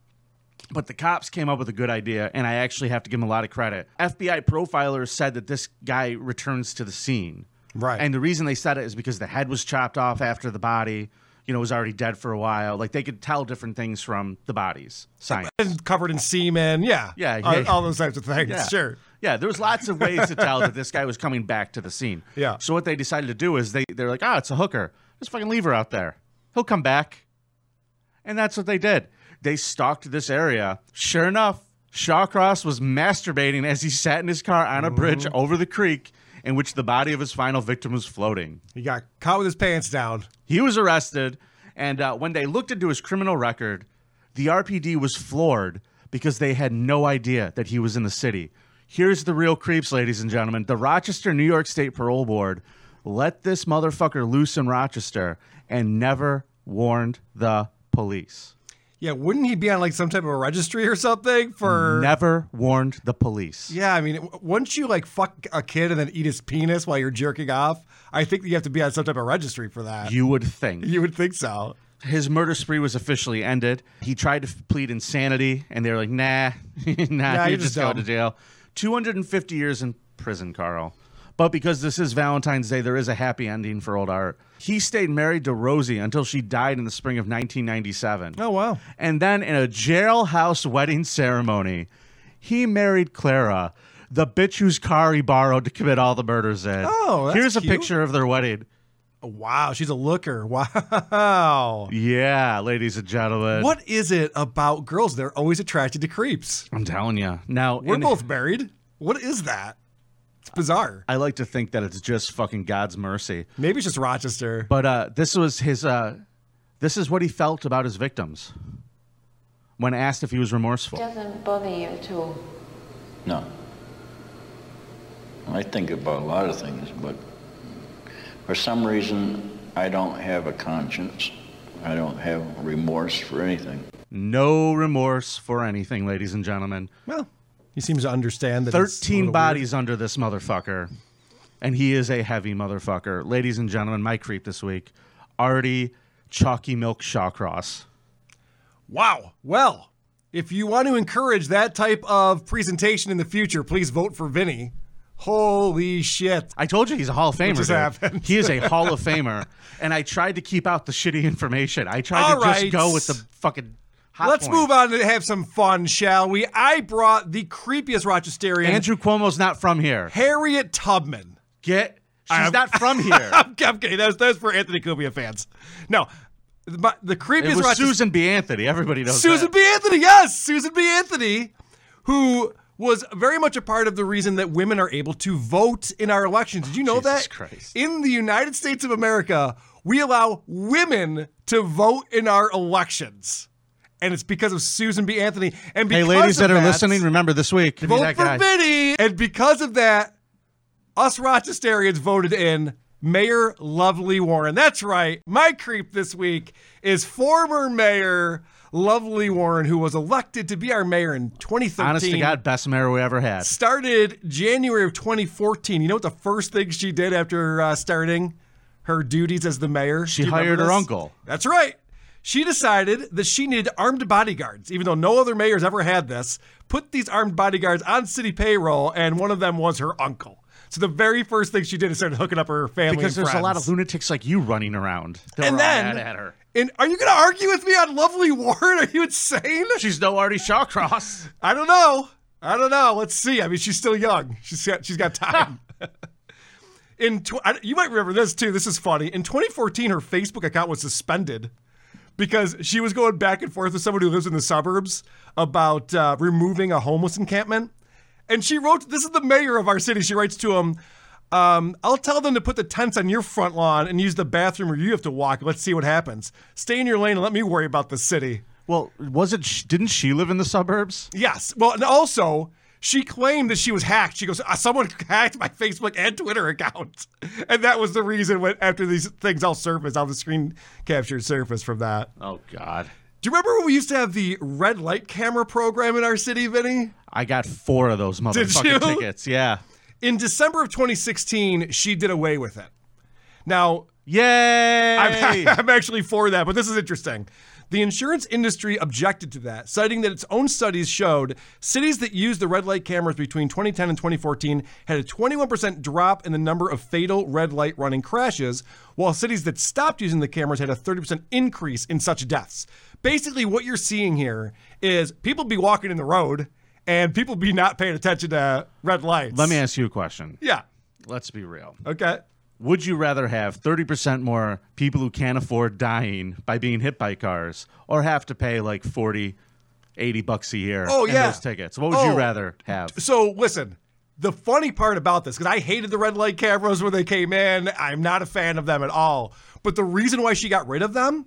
H: But the cops came up with a good idea, and I actually have to give him a lot of credit. FBI profilers said that this guy returns to the scene.
I: Right.
H: And the reason they said it is because the head was chopped off after the body, you know, was already dead for a while. Like they could tell different things from the bodies. Science.
I: And covered in semen. Yeah.
H: Yeah,
I: All,
H: yeah.
I: all those types of things.
H: Yeah.
I: Sure.
H: Yeah, there was lots of ways to tell that this guy was coming back to the scene.
I: Yeah.
H: So what they decided to do is they they're like, ah, it's a hooker. Just fucking leave her out there. He'll come back. And that's what they did. They stalked this area. Sure enough, Shawcross was masturbating as he sat in his car on a bridge
I: Mm-hmm.
H: over the creek in which the body of his final victim was floating.
I: He got caught with his pants down.
H: He was arrested, and uh, when they looked into his criminal record, the RPD was floored because they had no idea that he was in the city. Here's the real creeps, ladies and gentlemen. The Rochester, New York State Parole Board let this motherfucker loose in Rochester and never warned the police.
I: Yeah. Wouldn't he be on like some type of a registry or something for?
H: Never warned the police.
I: Yeah, I mean, w- once you like fuck a kid and then eat his penis while you're jerking off, I think you have to be on some type of registry for that.
H: You would think.
I: You would think so.
H: His murder spree was officially ended. He tried to f- plead insanity, and they were like, nah, nah,
I: you're
H: you're
I: just
H: just going to
I: dumb.
H: jail. 250 years in prison, Carl. But because this is Valentine's Day, there is a happy ending for old art. He stayed married to Rosie until she died in the spring of 1997.
I: Oh, wow.
H: And then in a jailhouse wedding ceremony, he married Clara, the bitch whose car he borrowed to commit all the murders in.
I: Oh, that's
H: Here's a
I: cute.
H: picture of their wedding.
I: Wow, she's a looker. Wow.
H: Yeah, ladies and gentlemen.
I: What is it about girls? They're always attracted to creeps.
H: I'm telling you. Now
I: We're
H: in-
I: both married. What is that? It's bizarre.
H: I like to think that it's just fucking God's mercy.
I: Maybe it's just Rochester.
H: But uh, this was his. Uh, this is what he felt about his victims. When asked if he was
F: It
H: remorseful,
F: doesn't bother you at all.
L: No. I think about a lot of things, but for some reason, I don't have a conscience. I don't have remorse for anything.
H: no remorse for anything, ladies and gentlemen.
I: Well, he seems to understand that. it's a
H: Thirteen
I: little
H: bodies under this motherfucker, and he is a heavy motherfucker, ladies and gentlemen. My creep this week, Artie Chalky Milk Shawcross.
I: weird. Wow. Well, if you want to encourage that type of presentation in the future, please vote for Vinny. Holy shit.
H: I told you he's a Hall of Famer.
I: just
H: dude.
I: happened.
H: He is a Hall of Famer, and I tried to keep out the shitty information. I tried
I: All
H: to
I: right.
H: just go with the fucking. Hot
I: Let's
H: points.
I: move on and have some fun, shall we? I brought the creepiest Rochesterian,
H: Andrew Cuomo's not from here.
I: Harriet Tubman.
H: Get she's not from here.
I: I'm, I'm kidding. That's that's for Anthony Cumia fans. No, The, the creepiest
H: It was
I: about this-
H: Susan B. Anthony. Everybody knows
I: Susan
H: that.
I: B. Anthony, yes, Susan B. Anthony, who was very much a part of the reason that women are able to vote in our elections. Did you know that?
H: Christ.
I: In the United States of America, we allow women to vote in our elections. And it's because of Susan B. Anthony. And
H: Hey,
I: because
H: ladies
I: of
H: that are
I: that,
H: listening, remember this week. Give me
I: vote
H: that
I: for
H: guy.
I: Vinny. And because of that, us Rochesterians voted in Mayor Lovely Warren. That's right. My creep this week is former Mayor Lovely Warren, who was elected to be our mayor in 2013.
H: Honest to God, best mayor we ever had.
I: Started January of 2014. You know what the first thing she did after uh, starting her duties as the mayor?
H: She
I: Do you remember
H: hired her
I: this?
H: uncle.
I: That's right. She decided that she needed armed bodyguards, even though no other mayor's ever had this. Put these armed bodyguards on city payroll, and one of them was her uncle. So the very first thing she did is started hooking up her family.
H: Because
I: and
H: there's a lot
I: friends.
H: of lunatics like you running around. They
I: And
H: were all
I: then-
H: mad at her.
I: And are you going to argue with me on Lovely Warren? Are you insane?
H: She's no Artie Shawcross.
I: I don't know. I don't know. Let's see. I mean, she's still young. She's got she's got time. In tw- I- you might remember this too. This is funny. In 2014, her Facebook account was suspended because she was going back and forth with someone who lives in the suburbs about uh, removing a homeless encampment. And she wrote, "This is the mayor of our city." She writes to him, um, "I'll tell them to put the tents on your front lawn and use the bathroom where you have to walk. Let's see what happens. Stay in your lane and let me worry about the city."
H: Well, was it? sh- Didn't she live in the suburbs?
I: Yes. Well, and also she claimed that she was hacked. She goes, "Uh, "Someone hacked my Facebook and Twitter account," and that was the reason. When after these things all surfaced, all the screen captures surfaced from that.
H: Oh God.
I: Do you remember when we used to have the red light camera program in our city, Vinny?
H: I got four of those
I: Did you?
H: motherfucking tickets. Yeah.
I: In December of 2016, she did away with it. Now,
H: yay!
I: I'm, I'm actually for that, but this is interesting. The insurance industry objected to that, citing that its own studies showed cities that used the red light cameras between 2010 and 2014 had a 21% drop in the number of fatal red light running crashes, while cities that stopped using the cameras had a 30% increase in such deaths. Basically, what you're seeing here is people be walking in the road and people be not paying attention to red lights.
H: Let me ask you a question.
I: Yeah.
H: Let's be real.
I: Okay.
H: Would you rather have 30% more people who can't afford dying by being hit by cars or have to pay like 40, 80 bucks a year
I: Oh,
H: in
I: yeah.
H: those tickets? What would
I: Oh.
H: you rather have?
I: So listen, the funny part about this, because I hated the red light cameras when they came in. I'm not a fan of them at all. But the reason why she got rid of them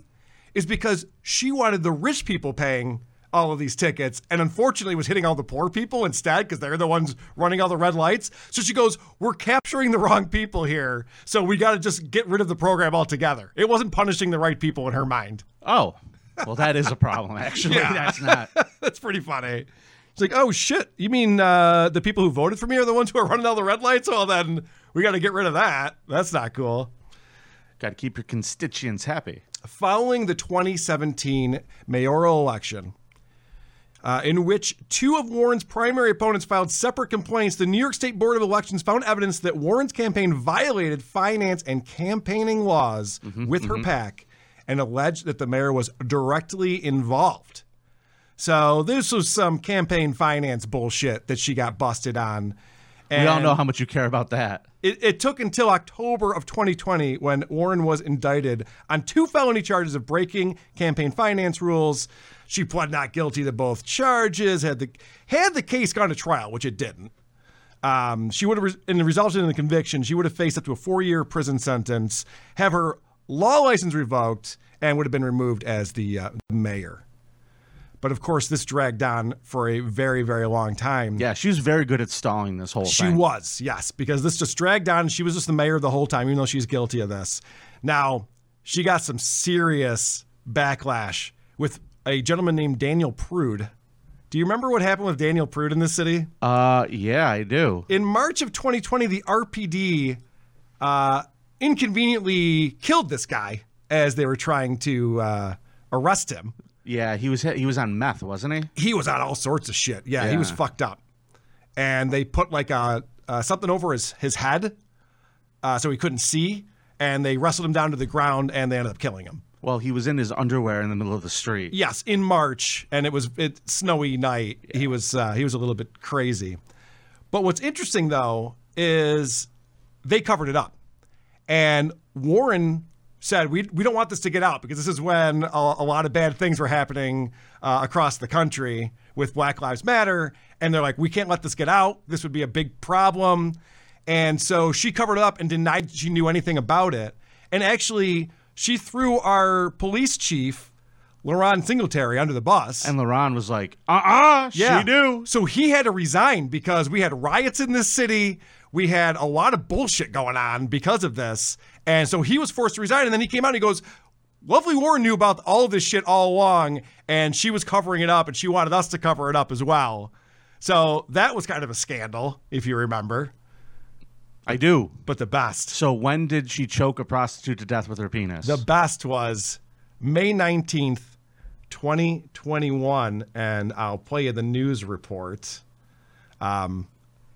I: is because she wanted the rich people paying all of these tickets and unfortunately was hitting all the poor people instead because they're the ones running all the red lights. So she goes, We're capturing the wrong people here. So we got to just get rid of the program altogether. It wasn't punishing the right people in her mind.
H: Oh, well, that is a problem, actually. That's not.
I: That's pretty funny. It's like, oh shit, you mean uh, the people who voted for me are the ones who are running all the red lights? Well, then we got to get rid of that. That's not cool.
H: Got to keep your constituents happy.
I: Following the 2017 mayoral election, uh, in which two of Warren's primary opponents filed separate complaints, the New York State Board of Elections found evidence that Warren's campaign violated finance and campaigning laws with her PAC and alleged that the mayor was directly involved. So this was some campaign finance bullshit that she got busted on.
H: we all
I: And-
H: know how much you care about that.
I: it, it took until October of 2020 when Warren was indicted on two felony charges of breaking campaign finance rules. She pled not guilty to both charges. Had the had the case gone to trial, which it didn't, um, she would have res- and resulted in the conviction. She would have faced up to a four-year prison sentence, have her law license revoked, and would have been removed as the uh, mayor. But of course, this dragged on for a very, very long time.
H: Yeah, she was very good at stalling this whole
I: She
H: thing.
I: was, yes, because this just dragged on. She was just the mayor the whole time, even though she's guilty of this. Now, she got some serious backlash with a gentleman named Daniel Prude. Do you remember what happened with Daniel Prude in this city?
H: Uh, yeah, I do.
I: In March of 2020, the RPD uh, inconveniently killed this guy as they were trying to uh, arrest him.
H: Yeah, he was hit, he was on meth, wasn't he?
I: He was on all sorts of shit. Yeah, he was
H: Yeah.
I: fucked up. And they put like a, uh, something over his, his head uh, so he couldn't see. And they wrestled him down to the ground and they ended up killing him.
H: Well, he was in his underwear in the middle of the street.
I: Yes, in March, and it was it snowy night. He was uh, he was a little bit crazy. But what's interesting though is they covered it up, and Warren said we we don't want this to get out because this is when a, a lot of bad things were happening uh, across the country with Black Lives Matter, and they're like, we can't let this get out. This would be a big problem, and so she covered up and denied she knew anything about it. And actually, she threw our police chief, Laron Singletary, under the bus. And
H: Laron was like, uh-uh, she
I: knew. So he had to resign because we had riots in this city. We had a lot of bullshit going on because of this. And so he was forced to resign. And then he came out and he goes, Lovely Warren knew about all this shit all along, and she was covering it up, and she wanted us to cover it up as well. So that was kind of a scandal, if you remember.
H: I do.
I: But the best.
H: So when did she choke a prostitute to death with her penis?
I: The best was May 19th, 2021, and I'll play you the news report um,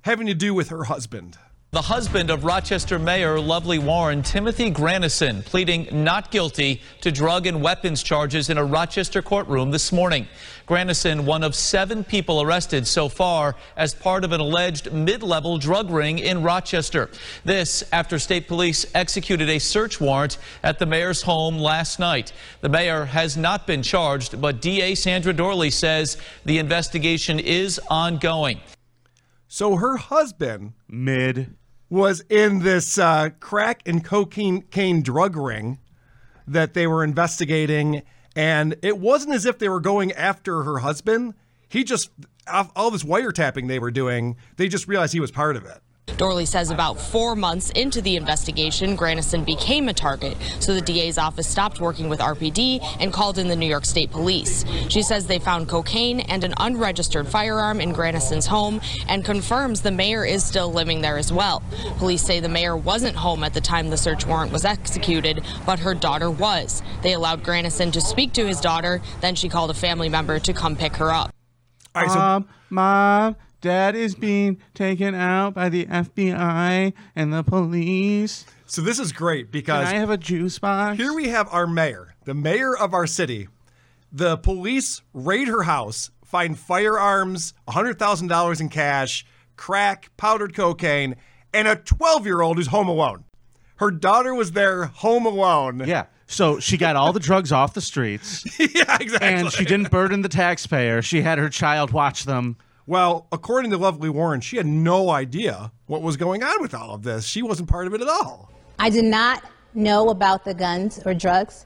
I: having to do with her husband.
P: The husband of Rochester Mayor Lovely Warren, Timothy Granison, pleading not guilty to drug and weapons charges in a Rochester courtroom this morning. Granison, one of seven people arrested so far as part of an alleged mid level drug ring in Rochester. This after state police executed a search warrant at the mayor's home last night. The mayor has not been charged, but DA Sandra Dorley says the investigation is ongoing.
I: So her husband
H: mid
I: was in this uh, crack and cocaine cane drug ring that they were investigating, and it wasn't as if they were going after her husband. He just off all this wiretapping they were doing, they just realized he was part of it.
Q: Dorley says about four months into the investigation, Granison became a target, so the DA's office stopped working with RPD and called in the New York State Police. She says they found cocaine and an unregistered firearm in Granison's home and confirms the mayor is still living there as well. Police say the mayor wasn't home at the time the search warrant was executed, but her daughter was. They allowed Granison to speak to his daughter, then she called a family member to come pick her up.
H: Mom, um, mom, dad is being taken out by the FBI and the police.
I: So this is great because
H: Can I have a juice box?
I: Here we have our mayor, the mayor of our city. The police raid her house, find firearms, $100,000 in cash, crack, powdered cocaine, and a 12 year old who's home alone. Her daughter was there home alone.
H: Yeah. So she got all the drugs off the streets.
I: yeah, exactly.
H: And she didn't burden the taxpayer. She had her child watch them.
I: Well, according to Lovely Warren, she had no idea what was going on with all of this. She wasn't part of it at all.
R: I did not know about the guns or drugs.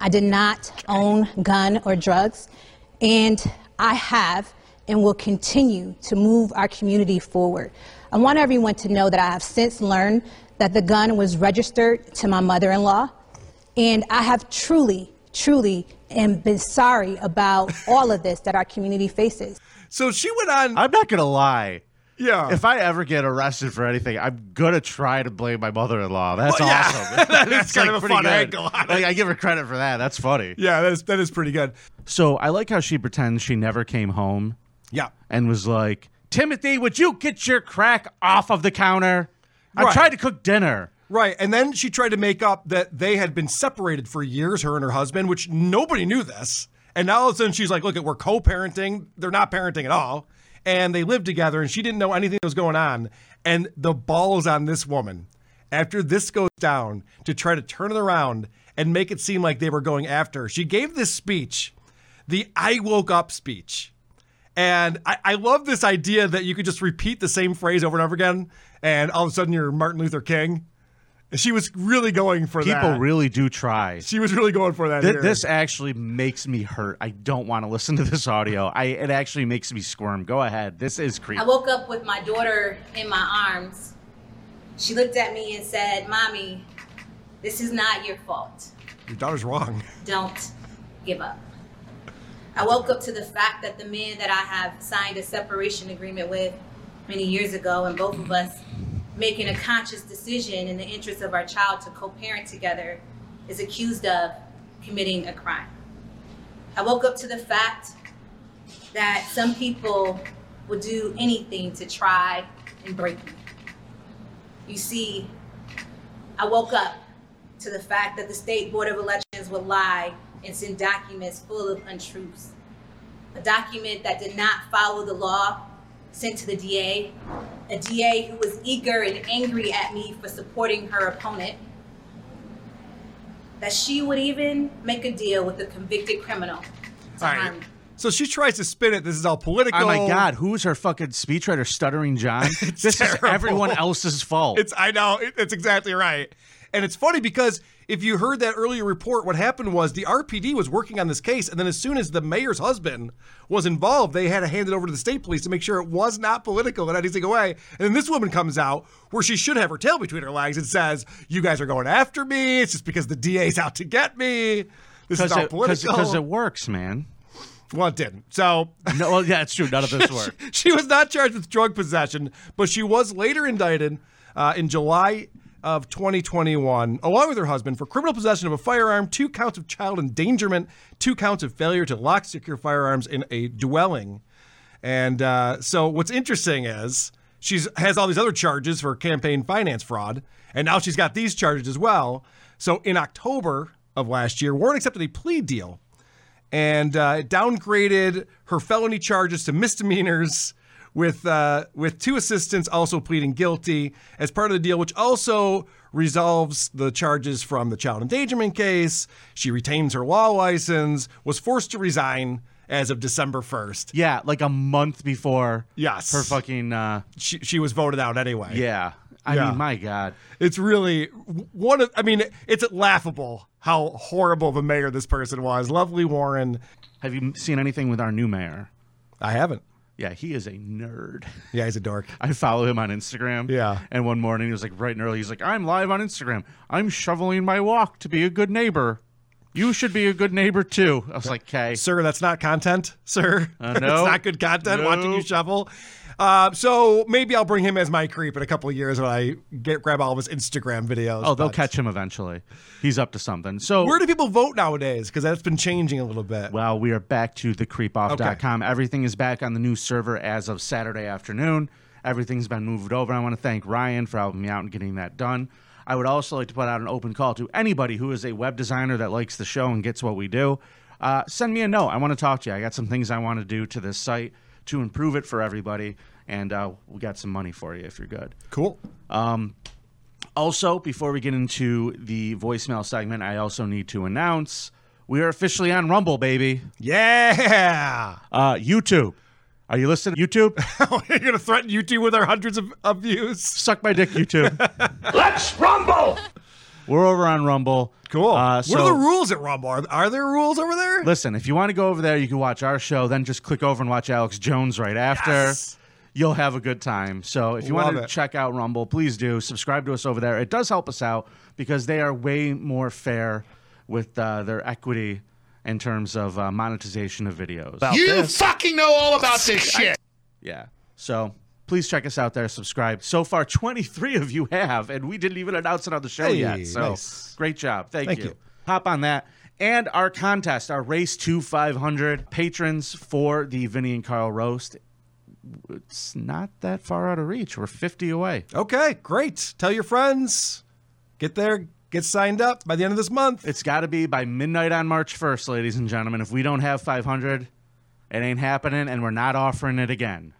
R: I did not own gun or drugs. And I have and will continue to move our community forward. I want everyone to know that I have since learned that the gun was registered to my mother in law. And I have truly, truly am been sorry about all of this that our community faces.
I: So she went on.
H: I'm not gonna lie.
I: Yeah.
H: If I ever get arrested for anything, I'm gonna try to blame my mother-in-law. That's
I: Well, yeah.
H: awesome.
I: That is kind of a
H: pretty
I: fun
H: good.
I: angle on it.
H: Like, I give her credit for that. That's funny.
I: Yeah, that is that is pretty good.
H: So I like how she pretends she never came home.
I: Yeah.
H: And was like, Timothy, would you get your crack off of the counter? I'm
I: Right.
H: trying to cook dinner.
I: Right. And then she tried to make up that they had been separated for years, her and her husband, which nobody knew this. And now all of a sudden she's like, look, we're co parenting. They're not parenting at all. And they lived together and she didn't know anything that was going on. And the balls on this woman after this goes down to try to turn it around and make it seem like they were going after her. She gave this speech, the I woke up speech. And I, I love this idea that you could just repeat the same phrase over and over again, and all of a sudden you're Martin Luther King. She was really going for
H: People
I: that.
H: really do try.
I: she was really going for that.
H: Th-
I: here.
H: this actually makes me hurt. I don't want to listen to this audio. I it actually makes me squirm. Go ahead. This is creepy.
S: I woke up with my daughter in my arms. She looked at me and said, Mommy, this is not your fault.
I: your daughter's wrong.
S: Don't give up. I woke up to the fact that the man that I have signed a separation agreement with many years ago, and both of us making a conscious decision in the interest of our child to co parent together, is accused of committing a crime. I woke up to the fact that some people will do anything to try and break me. You see, I woke up to the fact that the State Board of Elections would lie and send documents full of untruths. A document that did not follow the law sent to the DA, a DA who was eager and angry at me for supporting her opponent. that she would even make a deal with a convicted criminal.
I: All right. So she tries to spin it. This is all political.
H: Oh my God, who's her fucking speechwriter, Stuttering John? this
I: terrible.
H: is everyone else's fault.
I: It's I know it- it's exactly right, and it's funny because if you heard that earlier report, what happened was the RPD was working on this case, and then as soon as the mayor's husband was involved, they had to hand it over to the state police to make sure it was not political in any single way. And then this woman comes out where she should have her tail between her legs and says, "You guys are going after me. It's just because the DA's out to get me. This is
H: because
I: all
H: it, 'cause-
I: political."
H: 'cause it works, man.
I: Well, it didn't. So,
H: no, well, yeah, it's true. None of this
I: She-
H: worked.
I: She, was not charged with drug possession, but she was later indicted uh, in July of 2021, along with her husband, for criminal possession of a firearm, two counts of child endangerment, two counts of failure to lock secure firearms in a dwelling. And uh, so, what's interesting is she's has all these other charges for campaign finance fraud, and now she's got these charges as well. So, in October of last year, Warren accepted a plea deal and uh, it downgraded her felony charges to misdemeanors. With uh, with two assistants also pleading guilty as part of the deal, which also resolves the charges from the child endangerment case. She retains her law license, was forced to resign as of December first.
H: Yeah, like a month before.
I: Yes,
H: her fucking. Uh,
I: she she was voted out anyway.
H: Yeah, I
I: Yeah.
H: mean, my God,
I: It's really one of, I mean, it's laughable how horrible of a mayor this person was. Lovely Warren.
H: Have you seen anything with our new mayor?
I: I haven't.
H: Yeah, he is a nerd.
I: Yeah, he's a dork.
H: I follow him on Instagram.
I: Yeah.
H: And one morning he was like, bright and early, he's like, I'm live on Instagram. I'm shoveling my walk to be a good neighbor. You should be a good neighbor too. I was like, okay.
I: Sir, that's not content, sir.
H: Uh,
I: it's
H: no.
I: not good content watching you
H: Nope.
I: shovel. Uh, so maybe I'll bring him as my creep in a couple of years when I get grab all of his Instagram videos.
H: Oh, they'll
I: but-
H: catch him eventually. He's up to something. So
I: Where do people vote nowadays? Because that's been changing a little bit.
H: Well, we are back to thecreepoff.com. Everything is back on the new server as of Saturday afternoon. Everything's been moved over. I want to thank Ryan for helping me out and getting that done. I would also like to put out an open call to anybody who is a web designer that likes the show and gets what we do. Uh, send me a note. I want to talk to you. I got some things I want to do to this site to improve it for everybody, and uh, we got some money for you if you're good.
I: Cool.
H: Um, also, before we get into the voicemail segment, I also need to announce we are officially on Rumble, baby.
I: Yeah.
H: Uh, YouTube. Are you listening? YouTube.
I: You're gonna threaten YouTube with our hundreds of, of views.
H: Suck my dick, YouTube.
I: Let's rumble.
H: We're over on Rumble. Cool. Uh,
I: what are the
H: so
I: rules at Rumble? Are, are there rules over there?
H: listen, if you want to go over there, you can watch our show. Then just click over and watch Alex Jones right after. You'll have a good time. So if you want
I: Love
H: to
I: it.
H: check out Rumble, please do subscribe to us over there. It does help us out because they are way more fair with uh, their equity in terms of uh, monetization of videos.
D: you fucking know all about this shit.
H: Yeah. So please check us out there. Subscribe. So far, 23 of you have, and we didn't even announce it on the show
I: Hey,
H: yet. So
I: nice.
H: great job. Thank,
I: Thank
H: you.
I: you.
H: Hop on that. And our contest, our race to 500 patrons for the Vinny and Carl roast. It's not that far out of reach. We're 50 away.
I: Okay, great. Tell your friends. Get there. Get signed up by the end of this month.
H: It's got to be by midnight on March 1st, ladies and gentlemen. If we don't have 500, it ain't happening, and we're not offering it again.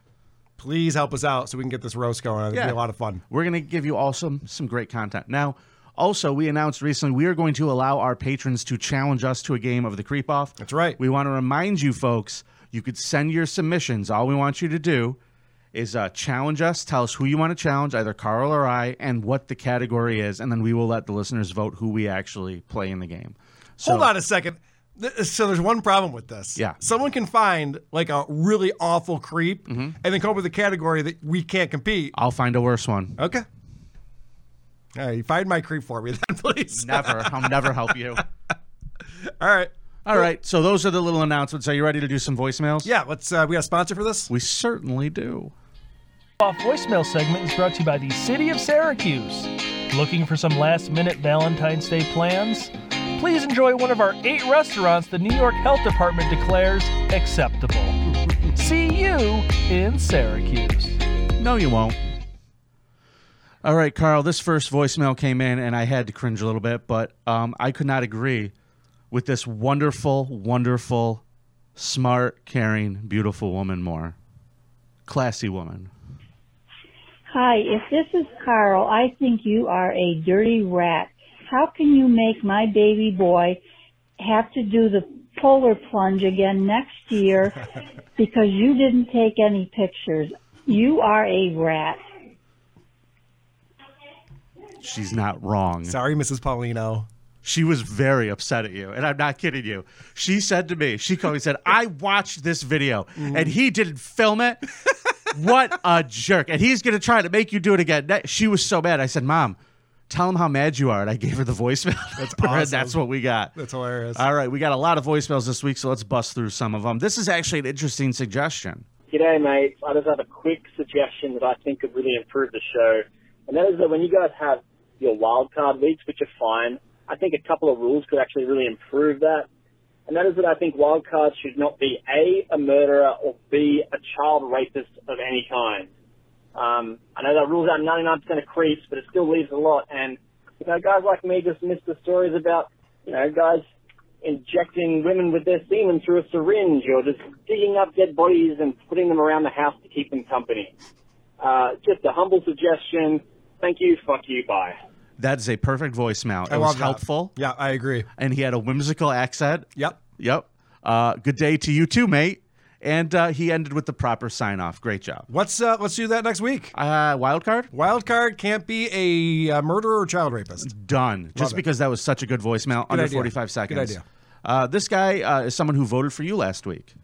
I: Please help us out so we can get this roast going. It'll
H: Yeah.
I: be a lot of fun.
H: We're going to give you all some, some great content. Now, also, we announced recently we are going to allow our patrons to challenge us to a game of the creep off. That's
I: right.
H: We want to remind you folks you could send your submissions. All we want you to do is uh, challenge us, tell us who you want to challenge, either Carl or I, and what the category is, and then we will let the listeners vote who we actually play in the game. So-
I: Hold on a second. Th- uh, So there's one problem with this.
H: Yeah.
I: Someone can find like a really awful creep
H: Mm-hmm.
I: and then come up with a category that we can't compete.
H: I'll find a worse one.
I: Okay. All right, you find my creep for me then, please.
H: Never. I'll never help you.
I: All right.
H: All right. So those are the little announcements. Are you ready to do some voicemails?
I: Yeah. Let's. Uh, we got a sponsor for this.
H: We certainly do.
T: Off voicemail segment is brought to you by the City of Syracuse. Looking for some last minute Valentine's Day plans? Please enjoy one of our eight restaurants the New York Health Department declares acceptable. See you in Syracuse.
H: No, you won't. All right, Carl. This first voicemail came in, and I had to cringe a little bit, but um, I could not agree with this wonderful, wonderful, smart, caring, beautiful woman more. Classy woman.
U: Hi, if this is Carl, I think you are a dirty rat. how can you make my baby boy have to do the polar plunge again next year because you didn't take any pictures? You are a rat.
H: She's not wrong.
I: Sorry, Mrs. Paulino.
H: She was very upset at you, and I'm not kidding you. She said to me, she called me and said, I watched this video and he didn't film it. what a jerk. And he's going to try to make you do it again. That- She was so mad. I said, Mom, tell him how mad you are. And I gave her the voicemail. That's
I: awesome.
H: That's what we got.
I: That's hilarious.
H: All right, we got a lot of voicemails this week, so let's bust through some of them. This is actually an interesting suggestion.
V: G'day, mate. I just have a quick suggestion that I think could really improve the show, and that is that when you guys have your wildcard weeks, which are fine, I think a couple of rules could actually really improve that, and that is that I think wildcards should not be A, a murderer, or B, a child rapist of any kind. Um, I know that rules out 99% of creeps, but it still leaves a lot, and, you know, guys like me just miss the stories about, you know, guys injecting women with their semen through a syringe or just digging up dead bodies and putting them around the house to keep them company. Uh, just a humble suggestion. Thank you. Fuck you. Bye.
H: That is a perfect voicemail. It
V: I
H: was
V: love that.
H: helpful.
I: Yeah, I agree.
H: And he had a whimsical accent.
I: Yep.
H: Yep. Uh, good day to you too, mate. And uh, he ended with the proper sign off. Great job.
I: What's uh, let's do that next week.
H: Uh, wild card.
I: Wild card can't be a uh, murderer or child rapist.
H: Done. Just
I: it.
H: because that was such a good voicemail under
I: idea.
H: 45
I: Good
H: seconds.
I: idea.
H: Uh, this guy uh, is someone who voted for you last week.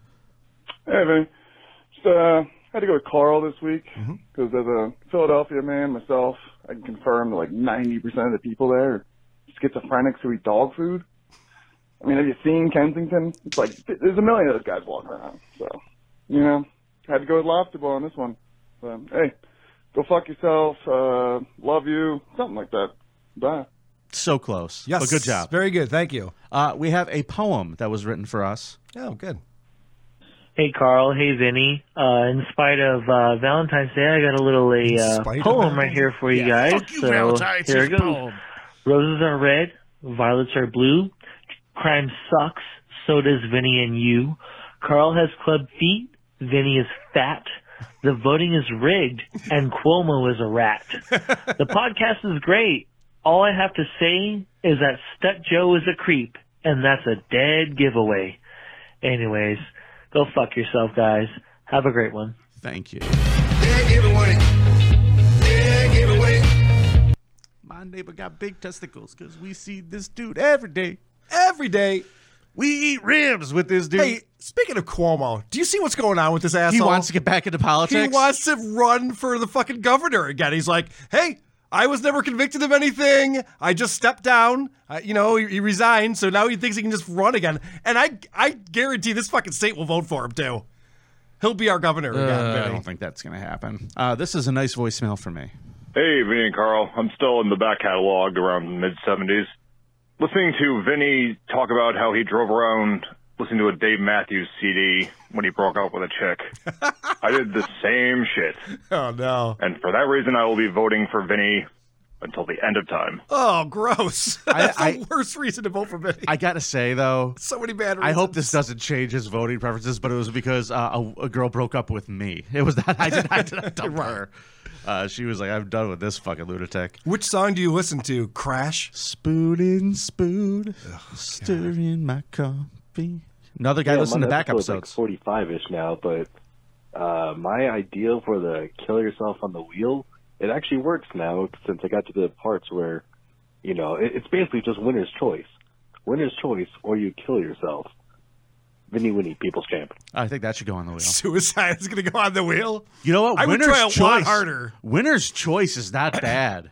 W: Hey, man. Just, uh, had to go with Carl this week because as a Philadelphia man myself, I can confirm that like 90% of the people there are schizophrenics who eat dog food. I mean, have you seen Kensington? It's like, th- there's a million of those guys walking around. So, you know, had to go with Lobster Ball on this one. So, hey, go fuck yourself. Uh, love you. Something like that. Bye.
H: So close.
I: Yes.
H: But good job.
I: Very good. Thank you.
H: Uh, we have a poem that was written for us.
I: Oh, good.
X: Hey Carl, hey Vinny. Uh, in spite of uh, Valentine's Day, I got a little uh, a uh, poem right here for you guys. so Valentine's, here it it's a goes. Roses are red, violets are blue. Crime sucks, so does Vinny and you. Carl has club feet, Vinny is fat. The voting is rigged, and Cuomo is a rat. The podcast is great. All I have to say is that Stut Joe is a creep, and that's a dead giveaway. Anyways, go fuck yourself, guys. Have a great one.
H: Thank you. My neighbor got big testicles because we see this dude every day.
I: Every day.
H: We eat ribs with this dude.
I: Hey, speaking of Cuomo, do you see what's going on with this asshole?
H: He wants to get back into politics.
I: He wants to run for the fucking governor again. He's like, hey, I was never convicted of anything. I just stepped down. I, you know, he, he resigned, so now he thinks he can just run again. And I, I guarantee this fucking state will vote for him too. He'll be our governor again.
H: Uh, I
I: Vinny.
H: don't think that's going to happen. Uh, this is a nice voicemail for me.
Y: Hey, Vinny and Carl. I'm still in the back catalog around mid 70s. Listening to Vinny talk about how he drove around listening to a Dave Matthews CD when he broke up with a chick. I did the same shit.
I: Oh no.
Y: And for that reason, I will be voting for Vinny until the end of time.
I: Oh, gross. That's
H: I-
I: the worst reason to vote for Vinny.
H: I got to say, though,
I: so many bad
H: I
I: reasons.
H: hope this doesn't change his voting preferences, but it was because uh, a, a girl broke up with me. It was not, I did, I did not dump her. Uh, she was like, I'm done with this fucking lunatic.
I: Which song do you listen to? Crash?
H: Spoon and spoon. Stir in my coffee. Another guy
Z: Yeah,
H: listened to
Z: my
H: back
Z: episode's like
H: episodes.
Z: 45-ish now, but uh, my idea for the kill yourself on the wheel, it actually works now since I got to the parts where, you know, it, it's basically just winner's choice. Winner's choice or you kill yourself. Vinny Winnie, People's Champ.
H: I think that should go on the wheel.
I: Suicide is going to go on the wheel.
H: You know what?
I: I would
H: Winner's
I: try a
H: choice,
I: lot harder.
H: Winner's choice is not bad.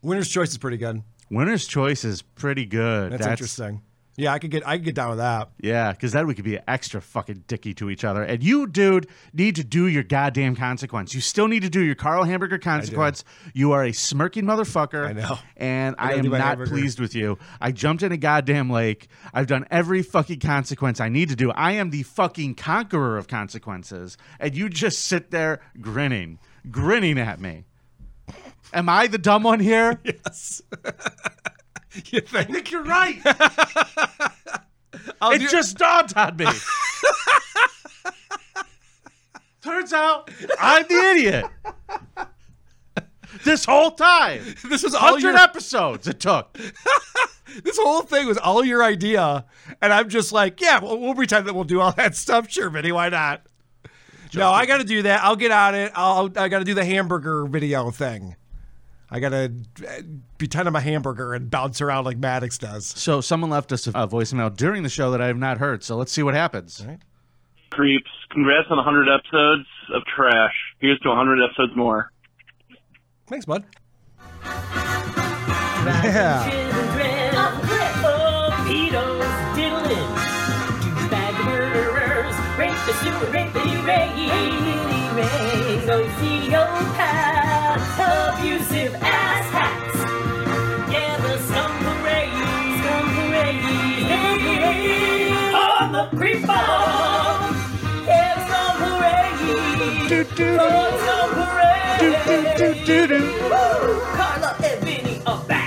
I: Winner's choice is pretty good.
H: Winner's choice is pretty good.
I: That's, interesting. Yeah, I could get I could get down with that.
H: Yeah, because then we could be extra fucking dicky to each other. And you, dude, need to do your goddamn consequence. You still need to do your Carl Hamburger consequence. You are a smirking motherfucker. I know. And
I: I
H: I,
I: gotta do
H: am
I: my
H: not
I: hamburger.
H: pleased with you. I jumped in a goddamn lake. I've done every fucking consequence I need to do. I am the fucking conqueror of consequences. And you just sit there grinning, grinning at me. Am I the dumb one here?
I: yes. you think? I
H: think you're right.
I: I'll
H: it
I: do-
H: just dawned on me. Turns out I'm the idiot. This whole time.
I: This was all
H: hundred
I: your-
H: episodes it took.
I: This whole thing was all your idea, and I'm just like, yeah, we'll, we'll pretend that we'll do all that stuff. Sure, Vinny, why not? no, I got to do that. I'll get on it. I'll I got to do the hamburger video thing. I uh, got to pretend I'm a hamburger and bounce around like Maddox does.
H: So someone left us a a voicemail during the show that I have not heard. So let's see what happens.
A: Creeps, congrats on 100 episodes of trash. Here's to 100 episodes more.
I: Thanks, bud. Yeah.
N: Children of Beatles diddling. To bad murderers, rape the sewer, rape the rays. Sociopaths, abusive asshats. Yeah, the scum parade. Scum parade. On the creeper. Yeah, the scum parade. Oh, scum parade. Woo! Carla and Vinny are back.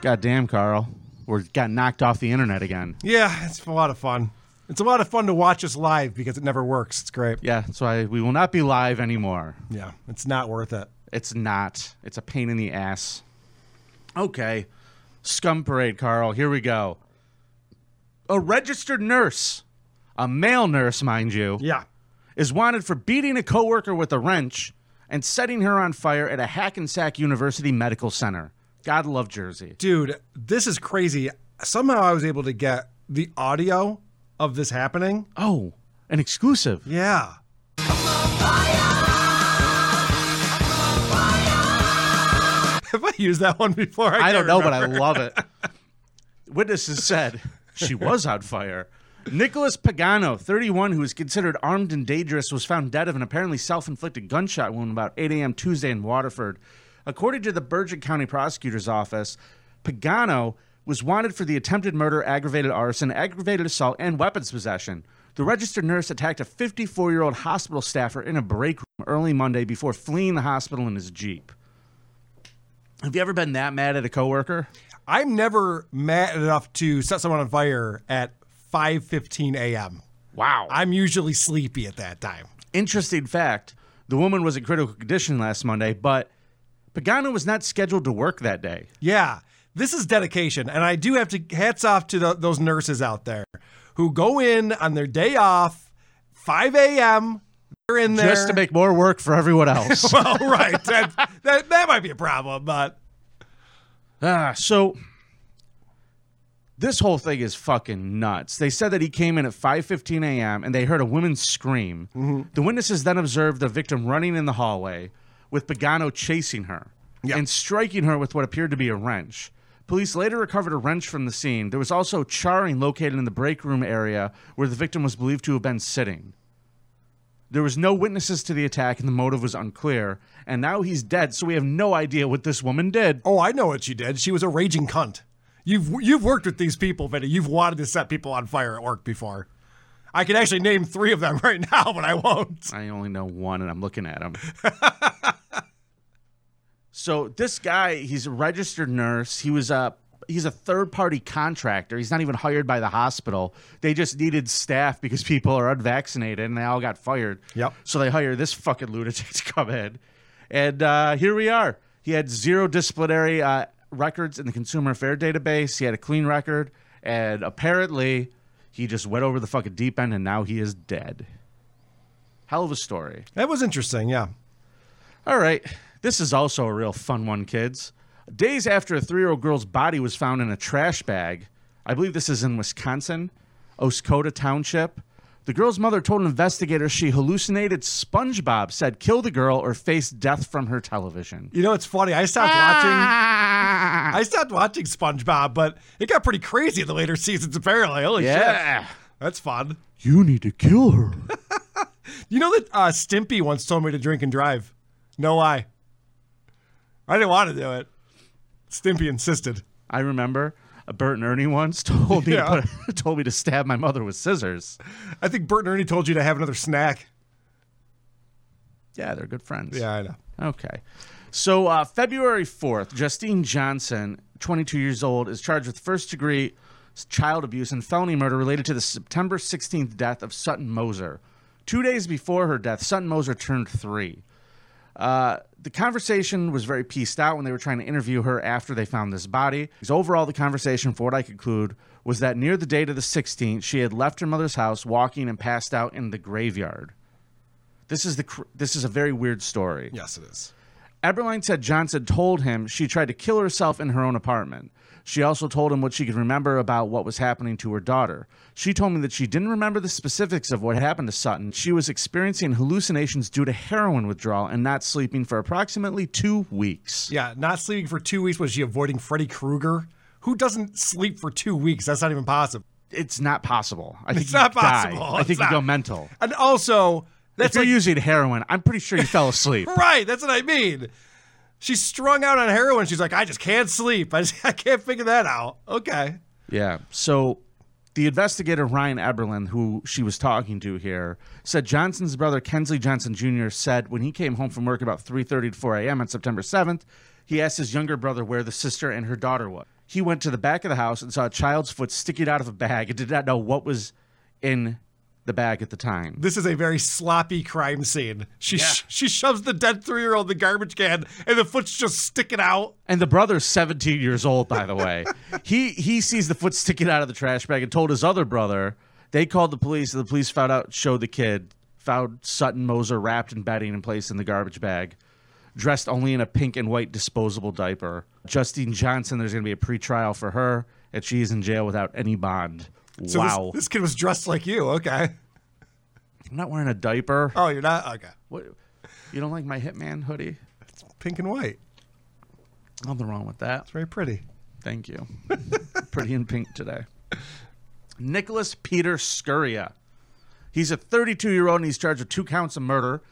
H: God damn, Carl. We got knocked off the internet again.
I: Yeah, it's a lot of fun. It's a lot of fun to watch us live because it never works. It's great.
H: Yeah, that's why we will not be live anymore.
I: Yeah, it's not worth it.
H: It's not. It's a pain in the ass. Okay. Scum parade, Carl. Here we go. A registered nurse, a male nurse, mind you.
I: Yeah.
H: Is wanted for beating a coworker with a wrench and setting her on fire at a Hackensack University Medical Center. God love Jersey.
I: Dude, this is crazy. Somehow I was able to get the audio of this happening.
H: Oh, an exclusive.
I: Yeah. Have I used that one before?
H: I, don't
I: can't
H: know, but I
I: remember.
H: love it. Witnesses said she was on fire. Nicholas Pagano, 31, who is considered armed and dangerous, was found dead of an apparently self inflicted gunshot wound about 8 a.m. Tuesday in Waterford. According to the Bergen County Prosecutor's Office, Pagano was wanted for the attempted murder, aggravated arson, aggravated assault, and weapons possession. The registered nurse attacked a 54 year old hospital staffer in a break room early Monday before fleeing the hospital in his Jeep. Have you ever been that mad at a coworker?
I: I'm never mad enough to set someone on fire at 5:15 a.m.
H: Wow.
I: I'm usually sleepy at that time.
H: Interesting fact the woman was in critical condition last Monday, but Pagano was not scheduled to work that day.
I: Yeah, this is dedication, and I do have to hats off to tho- those nurses out there who go in on their day off, 5 a.m. They're in there
H: Just to make more work for everyone else.
I: well, right. That, that that might be a problem, but
H: Ah, so this whole thing is fucking nuts. They said that he came in at 5:15 a.m. and they heard a woman scream. The witnesses then observed the victim running in the hallway with Pagano chasing her and striking her with what appeared to be a wrench. Police later recovered a wrench from the scene. There was also charring located in the break room area where the victim was believed to have been sitting. There was no witnesses to the attack and the motive was unclear. And now he's dead, so we have no idea what this woman did.
I: Oh, I know what she did. She was a raging cunt. You've you've worked with these people, Vinny. You've wanted to set people on fire at work before. I can actually name three of them right now, but I won't.
H: I only know one, and I'm looking at him. so this guy, he's a registered nurse. He was a he's a third party contractor. He's not even hired by the hospital. They just needed staff because people are unvaccinated, and they all got fired.
I: Yep.
H: So they hire this fucking lunatic to come in, and uh, here we are. He had zero disciplinary uh, records in the Consumer Affair database. He had a clean record, and apparently. He just went over the fucking deep end and now he is dead. Hell of a story.
I: That was interesting, yeah.
H: All right. This is also a real fun one, kids. Days after a three year old girl's body was found in a trash bag, I believe this is in Wisconsin, Oscoda Township, the girl's mother told investigators she hallucinated SpongeBob said, kill the girl or face death from her television.
I: You know, it's funny. I stopped watching. I stopped watching SpongeBob, but it got pretty crazy in the later seasons. Apparently, holy
H: Yeah.
I: shit, that's fun.
H: You need to kill her.
I: You know that uh, Stimpy once told me to drink and drive. No lie. I didn't want to do it. Stimpy insisted.
H: I remember a Bert and Ernie once told me
I: Yeah.
H: to put, told me to stab my mother with scissors.
I: I think Bert and Ernie told you to have another snack.
H: Yeah, they're good friends.
I: Yeah, I know.
H: Okay. So uh, February 4th, Justine Johnson, 22 years old, is charged with first degree child abuse and felony murder related to the September 16th death of Sutton Moser. Two days before her death, Sutton Moser turned three. Uh, the conversation was very pieced out when they were trying to interview her after they found this body. So overall, the conversation, for what I conclude, was that near the date of the 16th, she had left her mother's house, walking and passed out in the graveyard. This is the cr- this is a very weird story.
I: Yes, it is.
H: Eberline said Johnson told him she tried to kill herself in her own apartment. She also told him what she could remember about what was happening to her daughter. She told me that she didn't remember the specifics of what happened to Sutton. She was experiencing hallucinations due to heroin withdrawal and not sleeping for approximately two weeks.
I: Yeah, not sleeping for two weeks. Was she avoiding Freddy Krueger? Who doesn't sleep for two weeks? That's not even possible.
H: It's not possible. I think
I: it's not
H: you'd die.
I: possible.
H: I
I: It's
H: think you
I: not.
H: go mental.
I: And also,
H: if
I: that's
H: you're
I: like,
H: using heroin, I'm pretty sure you fell asleep.
I: right. That's what I mean. She's strung out on heroin. She's like, I just can't sleep. I, just, I can't figure that out. Okay.
H: Yeah. So the investigator Ryan Eberlin, who she was talking to here, said Johnson's brother Kensley Johnson Jr. said when he came home from work about 3:30 to 4 a.m. on September 7th, he asked his younger brother where the sister and her daughter was. He went to the back of the house and saw a child's foot sticking out of a bag and did not know what was in the bag at the time.
I: This is a very sloppy crime scene. She sh- she shoves the dead three year old in the garbage can, and the foot's just sticking out.
H: And the brother's 17 years old, by the way. he he sees the foot sticking out of the trash bag and told his other brother. They called the police, and the police found out, showed the kid, found Sutton Moser wrapped in bedding and placed in the garbage bag, dressed only in a pink and white disposable diaper. Justine Johnson, there's going to be a pretrial for her, and she's in jail without any bond.
I: So this-
H: wow.
I: this kid was dressed like you. Okay.
H: I'm not wearing a diaper.
I: Oh, you're not? Okay.
H: What? You don't like my Hitman hoodie?
I: It's pink and white.
H: Nothing wrong with that. It's
I: very pretty.
H: Thank you. pretty in pink today. Nicholas Peter Scuria. He's a 32 year old and he's charged with two counts of murder,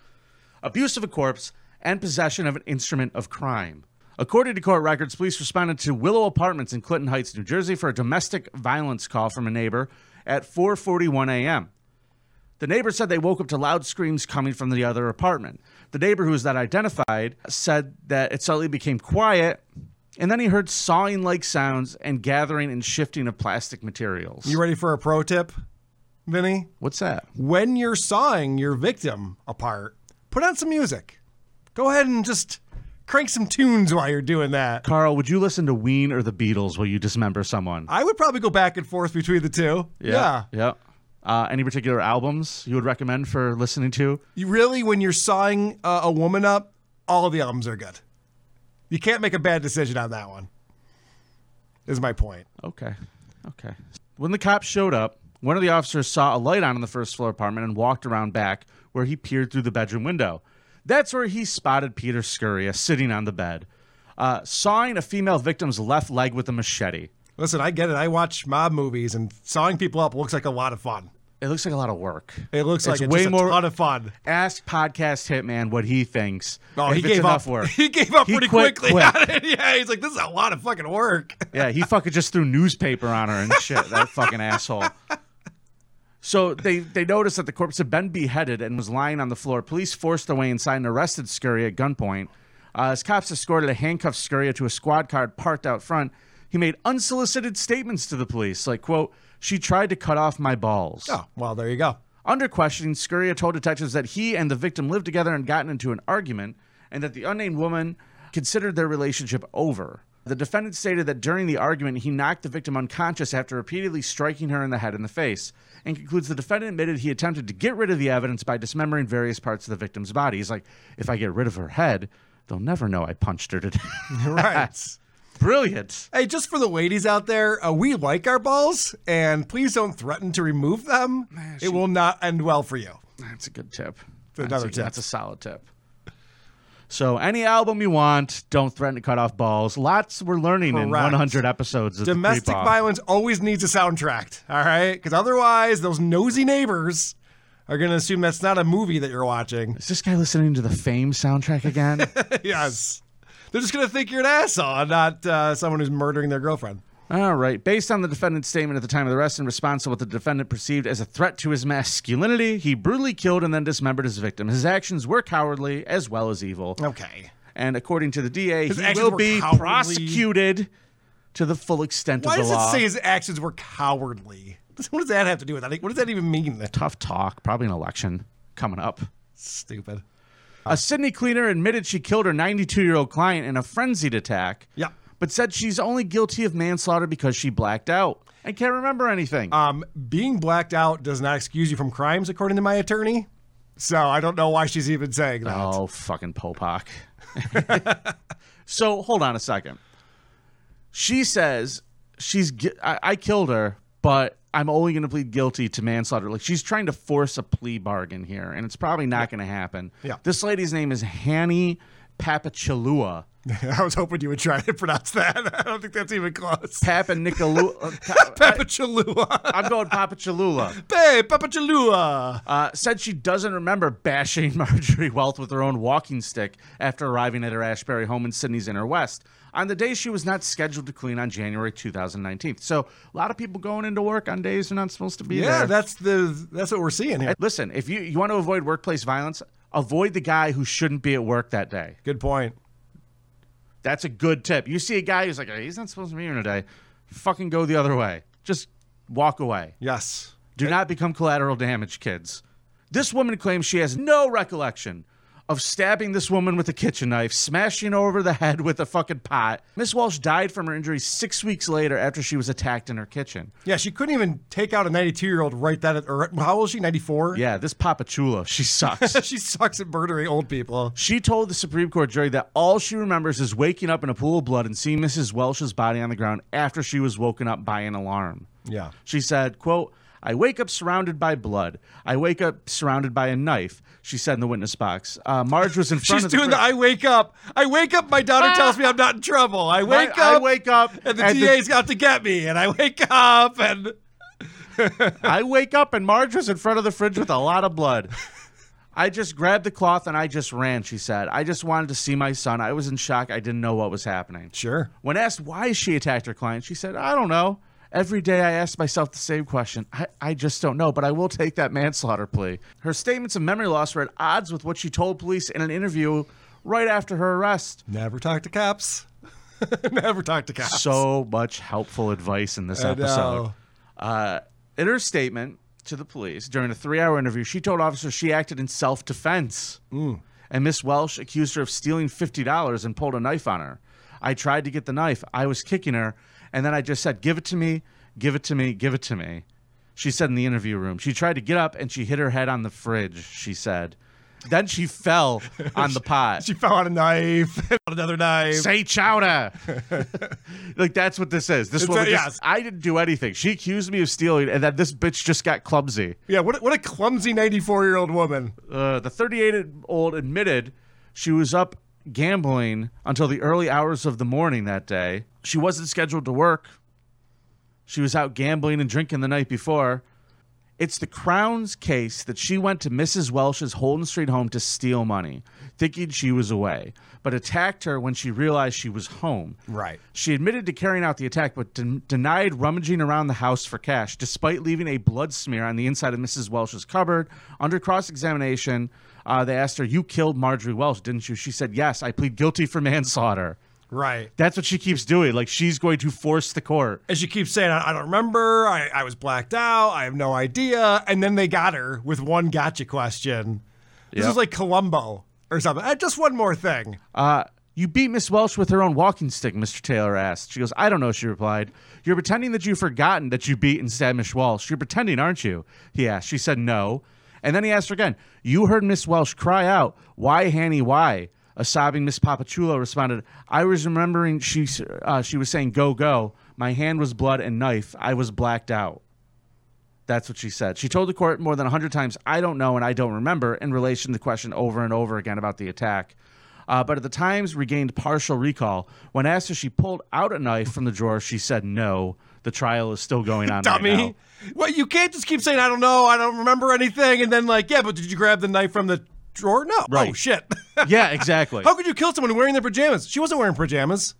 H: abuse of a corpse, and possession of an instrument of crime. According to court records, police responded to Willow Apartments in Clinton Heights, New Jersey for a domestic violence call from a neighbor at 4:41 a.m. The neighbor said they woke up to loud screams coming from the other apartment. The neighbor, who was not identified, said that it suddenly became quiet, and then he heard sawing like sounds and gathering and shifting of plastic materials.
I: You ready for a pro tip, Vinny?
H: What's that?
I: When you're sawing your victim apart, put on some music. Go ahead and just crank some tunes while you're doing that.
H: Carl, would you listen to Ween or the Beatles while you dismember someone?
I: I would probably go back and forth between the two.
H: Yeah. Uh, any particular albums you would recommend for listening to?
I: You really, when you're sawing uh, a woman up, all the albums are good. You can't make a bad decision on that one. Is my point.
H: Okay. Okay. When the cops showed up, one of the officers saw a light on in the first floor apartment and walked around back where he peered through the bedroom window. That's where he spotted Peter Scuria sitting on the bed, uh, sawing a female victim's left leg with a machete.
I: Listen, I get it. I watch mob movies, and sawing people up looks like a lot of fun.
H: It looks like a lot of work.
I: It looks like
H: It's
I: it's
H: way
I: just a
H: more-
I: ton of fun.
H: Ask podcast Hitman what he thinks.
I: Oh,
H: if
I: he
H: it's
I: gave
H: enough
I: up.
H: work.
I: He gave up
H: He
I: pretty
H: quit
I: quickly.
H: quick.
I: on it. yeah, he's like, this is a lot of fucking work.
H: Yeah, he fucking just threw newspaper on her and shit. That fucking asshole. So they they noticed that the corpse had been beheaded and was lying on the floor. Police forced their way inside and arrested Scuria at gunpoint. Uh, as cops escorted a handcuffed Scuria to a squad car parked out front, he made unsolicited statements to the police, like, "quote She tried to cut off my balls."
I: Oh, well, there you go.
H: Under questioning, Scuria told detectives that he and the victim lived together and gotten into an argument, and that the unnamed woman considered their relationship over. The defendant stated that during the argument, he knocked the victim unconscious after repeatedly striking her in the head and the face, and concludes the defendant admitted he attempted to get rid of the evidence by dismembering various parts of the victim's body. He's like, if I get rid of her head, they'll never know I punched her to death.
I: right.
H: Brilliant.
I: Hey, just for the ladies out there, uh, we like our balls, and please don't threaten to remove them. it will not end well for you.
H: That's a good tip.
I: another
H: that's a,
I: tip.
H: That's a solid tip. So any album you want, don't threaten to cut off balls. Lots we're learning in
I: Correct.
H: 100 episodes of the
I: Domestic
H: Creep Off.
I: violence always needs a soundtrack, all right? Because otherwise, those nosy neighbors are going to assume that's not a movie that you're watching.
H: Is this guy listening to the Fame soundtrack again?
I: yes. They're just going to think you're an asshole, not uh, someone who's murdering their girlfriend.
H: All right. Based on the defendant's statement at the time of the arrest in response to what the defendant perceived as a threat to his masculinity, he brutally killed and then dismembered his victim. His actions were cowardly as well as evil.
I: Okay.
H: And according to the DA,
I: His
H: he
I: actions
H: will
I: were
H: be
I: cowardly.
H: prosecuted to the full extent
I: Why
H: of the
I: does
H: law.
I: it say his actions were cowardly? What does that have to do with that? Like, what does that even mean?
H: Tough talk. Probably an election coming up.
I: Stupid.
H: A Sydney cleaner admitted she killed her 92 year old client in a frenzied attack.
I: Yeah.
H: But said she's only guilty of manslaughter because she blacked out and can't remember anything.
I: Um, being blacked out does not excuse you from crimes, according to my attorney. So I don't know why she's even saying that.
H: Oh, fucking Popak. so hold on a second. She says she's gui- I, I killed her, but I'm only going to plead guilty to manslaughter. Like she's trying to force a plea bargain here, and it's probably not going to happen.
I: Yeah.
H: This lady's name is Hanny Papachalua.
I: I was hoping you would try to pronounce that. I don't think that's even close.
H: Papa Nicolua.
I: Papachalua.
H: uh, I'm going Papachalua.
I: Hey, Papachalua.
H: Uh, said she doesn't remember bashing Marjorie Welth with her own walking stick after arriving at her Ashbury home in Sydney's Inner West on the day she was not scheduled to clean on January 2019. So a lot of people going into work on days they're not supposed to be
I: Yeah,
H: there.
I: that's the that's what we're seeing here.
H: And Listen, if you, you want to avoid workplace violence, avoid the guy who shouldn't be at work that day.
I: Good point.
H: That's a good tip. You see a guy who's like, "Hey, he's not supposed to be here today. Fucking go the other way. Just walk away.
I: Yes.
H: Do not become collateral damage, kids. This woman claims she has no recollection of stabbing this woman with a kitchen knife, smashing her over the head with a fucking pot. Miss Walsh died from her injuries six weeks later after she was attacked in her kitchen.
I: Yeah, she couldn't even take out a 92 year old right that. Or how old is she? 94.
H: Yeah, this Papa Chula, she sucks.
I: she sucks at murdering old people.
H: She told the Supreme Court jury that all she remembers is waking up in a pool of blood and seeing Mrs. Welsh's body on the ground after she was woken up by an alarm.
I: Yeah.
H: She said, quote, I wake up surrounded by blood. I wake up surrounded by a knife, she said in the witness box. Uh, Marge was in front
I: She's
H: of
I: doing the,
H: the
I: I wake up. I wake up. My daughter tells me I'm not in trouble. I
H: My-
I: wake
H: I
I: up.
H: wake up,
I: And the
H: and the-
I: DA's out to get me. And I wake up. And
H: I wake up and Marge was in front of the fridge with a lot of blood. I just grabbed the cloth and I just ran, she said. I just wanted to see my son. I was in shock. I didn't know what was happening.
I: Sure.
H: When asked why she attacked her client, she said, I don't know. Every day I ask myself the same question. I, I just don't know, but I will take that manslaughter plea. Her statements of memory loss were at odds with what she told police in an interview right after her arrest.
I: never talk to cops. never talk to cops.
H: So much helpful advice in this
I: I
H: episode.
I: know.
H: Uh, in her statement to the police during a three hour interview, she told officers she acted in self defense. And Miss Welsh accused her of stealing $50 and pulled a knife on her. I tried to get the knife. I was kicking her. And then I just said, Give it to me, give it to me, give it to me. She said in the interview room. She tried to get up and she hit her head on the fridge, she said. Then she fell on the pot.
I: She fell on a knife. on another knife.
H: Say chowder. like that's what this is. This
I: It's
H: woman,
I: a-
H: just-
I: yes.
H: I didn't do anything. She accused me of stealing, and then this bitch just got clumsy.
I: Yeah, what a, what a clumsy 94 year old woman.
H: Uh, the 38 old admitted she was up gambling until the early hours of the morning that day. She wasn't scheduled to work. She was out gambling and drinking the night before. It's the Crown's case that she went to Mrs. Welsh's Holden Street home to steal money, thinking she was away, but attacked her when she realized she was home.
I: Right.
H: She admitted to carrying out the attack, but den- denied rummaging around the house for cash, despite leaving a blood smear on the inside of Mrs. Welsh's cupboard. Under cross examination, uh, they asked her, You killed Marjorie Welsh, didn't you? She said, Yes, I plead guilty for manslaughter.
I: Right.
H: That's what she keeps doing. Like, she's going to force the court.
I: And she keeps saying, I, I don't remember. I, I was blacked out. I have no idea. And then they got her with one gotcha question. This
H: Yep.
I: is like Columbo or something. Uh, just one more thing.
H: Uh, you beat Miss Welsh with her own walking stick, Mr. Taylor asked. She goes, I don't know, she replied. You're pretending that you've forgotten that you beat and stabbed Miss Welsh. You're pretending, aren't you? He asked. She said, No. And then he asked her again, You heard Miss Welsh cry out, Why, Hanny, why? A sobbing Miss Papachulo responded, I was remembering she, uh, she was saying, Go, go. My hand was blood and knife. I was blacked out. That's what she said. She told the court more than 100 times, I don't know and I don't remember, in relation to the question over and over again about the attack. Uh, but at the times regained partial recall. When asked if she pulled out a knife from the drawer, she said no. The trial is still going on. right
I: Dummy.
H: now.
I: Well, you can't just keep saying, I don't know. I don't remember anything. And then, like, yeah, but did you grab the knife from the drawer? No. Oh,
H: Right.
I: shit.
H: Yeah, exactly.
I: How could you kill someone wearing their pajamas? She wasn't wearing pajamas.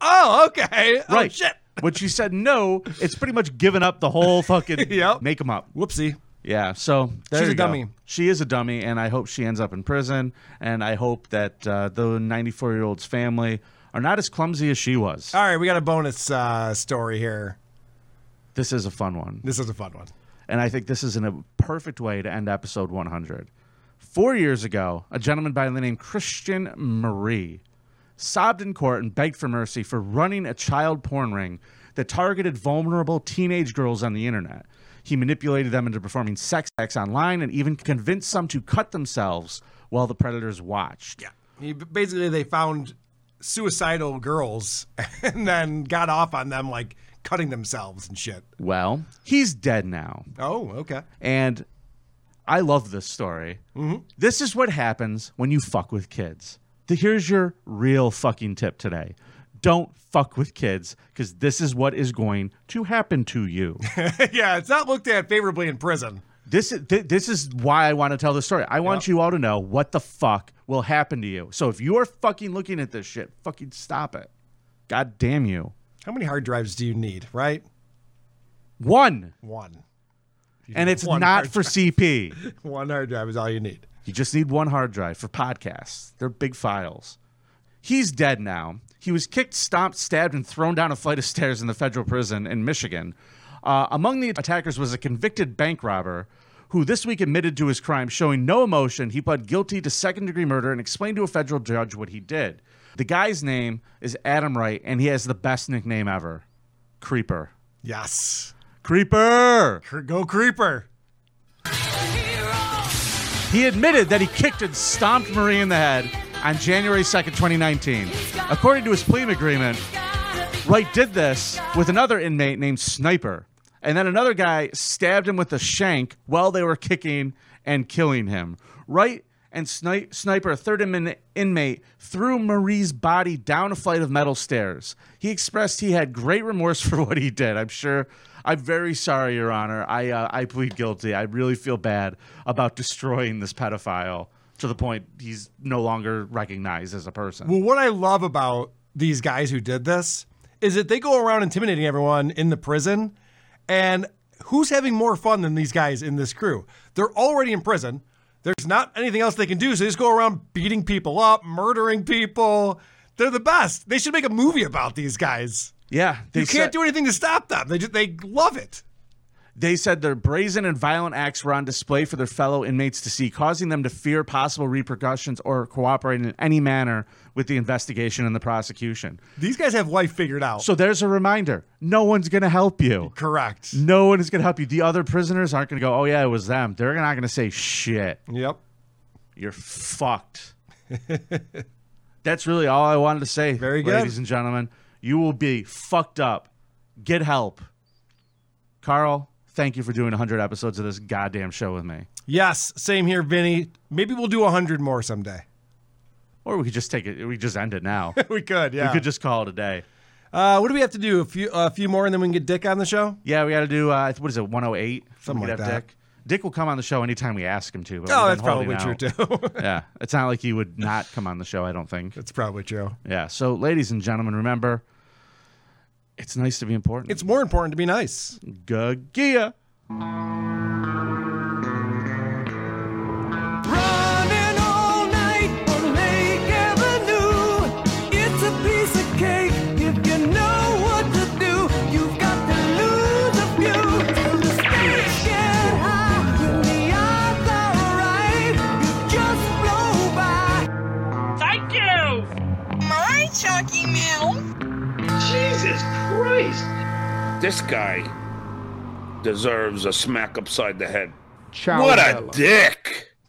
I: Oh, okay. Oh,
H: right.
I: shit.
H: When she said no, it's pretty much given up the whole fucking make them up.
I: Whoopsie.
H: Yeah. So there
I: She's a
H: you go.
I: dummy.
H: She is a dummy, and I hope she ends up in prison. And I hope that uh, the 94 year old's family are not as clumsy as she was.
I: All right, we got a bonus uh, story here.
H: This is a fun one.
I: This is a fun one.
H: And I think this is in a perfect way to end episode 100. Four years ago, a gentleman by the name Christian Marie sobbed in court and begged for mercy for running a child porn ring that targeted vulnerable teenage girls on the internet. He manipulated them into performing sex acts online and even convinced some to cut themselves while the predators watched. Yeah.
I: He- basically, they found suicidal girls and then got off on them like cutting themselves and shit.
H: Well, he's dead now.
I: Oh, okay.
H: And I love this story.
I: Mm-hmm.
H: This is what happens when you fuck with kids. Th- Here's your real fucking tip today don't fuck with kids because this is what is going to happen to you.
I: yeah, it's not looked at favorably in prison.
H: This is th- this is why I want to tell this story. I want you all to know what the fuck will happen to you. So if you're fucking looking at this shit, fucking stop it. God damn you.
I: How many hard drives do you need, right?
H: One.
I: One.
H: And it's
I: One
H: not
I: hard
H: for CP.
I: One hard drive is all you need.
H: You just need one hard drive for podcasts. They're big files. He's dead now. He was kicked, stomped, stabbed, and thrown down a flight of stairs in the federal prison in Michigan. Uh, among the attackers was a convicted bank robber who this week admitted to his crime, showing no emotion. He pled guilty to second degree murder and explained to a federal judge what he did. The guy's name is Adam Wright, and he has the best nickname ever Creeper.
I: Yes.
H: Creeper!
I: Go Creeper!
H: He admitted that he kicked and stomped Marie in the head on January 2nd, 2019. According to his plea agreement, Wright did this with another inmate named Sniper. And then another guy stabbed him with a shank while they were kicking and killing him. Wright and Sni- Sniper, a third inman- inmate, threw Marie's body down a flight of metal stairs. He expressed he had great remorse for what he did. I'm sure. I'm very sorry, Your Honor. I uh, I plead guilty. I really feel bad about destroying this pedophile to the point he's no longer recognized as a person.
I: Well, what I love about these guys who did this is that they go around intimidating everyone in the prison. And who's having more fun than these guys in this crew? They're already in prison. There's not anything else they can do. So they just go around beating people up, murdering people. They're the best. They should make a movie about these guys.
H: Yeah,
I: you can't do anything to stop them. They just, they love it.
H: They said their brazen and violent acts were on display for their fellow inmates to see, causing them to fear possible repercussions or cooperate in any manner with the investigation and the prosecution.
I: These guys have life figured out.
H: So there's a reminder no one's going to help you.
I: Correct.
H: No one is going to help you. The other prisoners aren't going to go, oh, yeah, it was them. They're not going to say shit.
I: Yep.
H: You're fucked. That's really all I wanted to say. Very
I: good.
H: Ladies and gentlemen, you will be fucked up. Get help. Carl, thank you for doing 100 episodes of this goddamn show with me.
I: Yes, same here, Vinny. Maybe we'll do 100 more someday.
H: Or we could just take it, we could just end it now.
I: we could, yeah.
H: We could just call it a day.
I: Uh, what do we have to do? A few, a few more, and then we can get Dick on the show.
H: Yeah, we got to do, uh, what is it, 108?
I: Something
H: We could
I: like
H: have
I: that.
H: Dick. Dick will come on the show anytime we ask him to. but
I: Oh,
H: we've
I: that's
H: been holding
I: probably true,
H: out. yeah, it's not like he would not come on the show. I don't think.
I: That's probably true.
H: Yeah. So, ladies and gentlemen, remember, it's nice to be important.
I: It's more important to be nice.
H: Gagia.
N: Running all night on Lake Avenue. It's a piece of cake if you know what to do. You've got to lose a few to the stakes get high. When the odds are right, you just blow by. Thank you. My Chucky Mill. Jesus Christ.
B: This guy deserves a smack upside the head.
C: Ciao,
B: what
C: Bella.
B: a dick!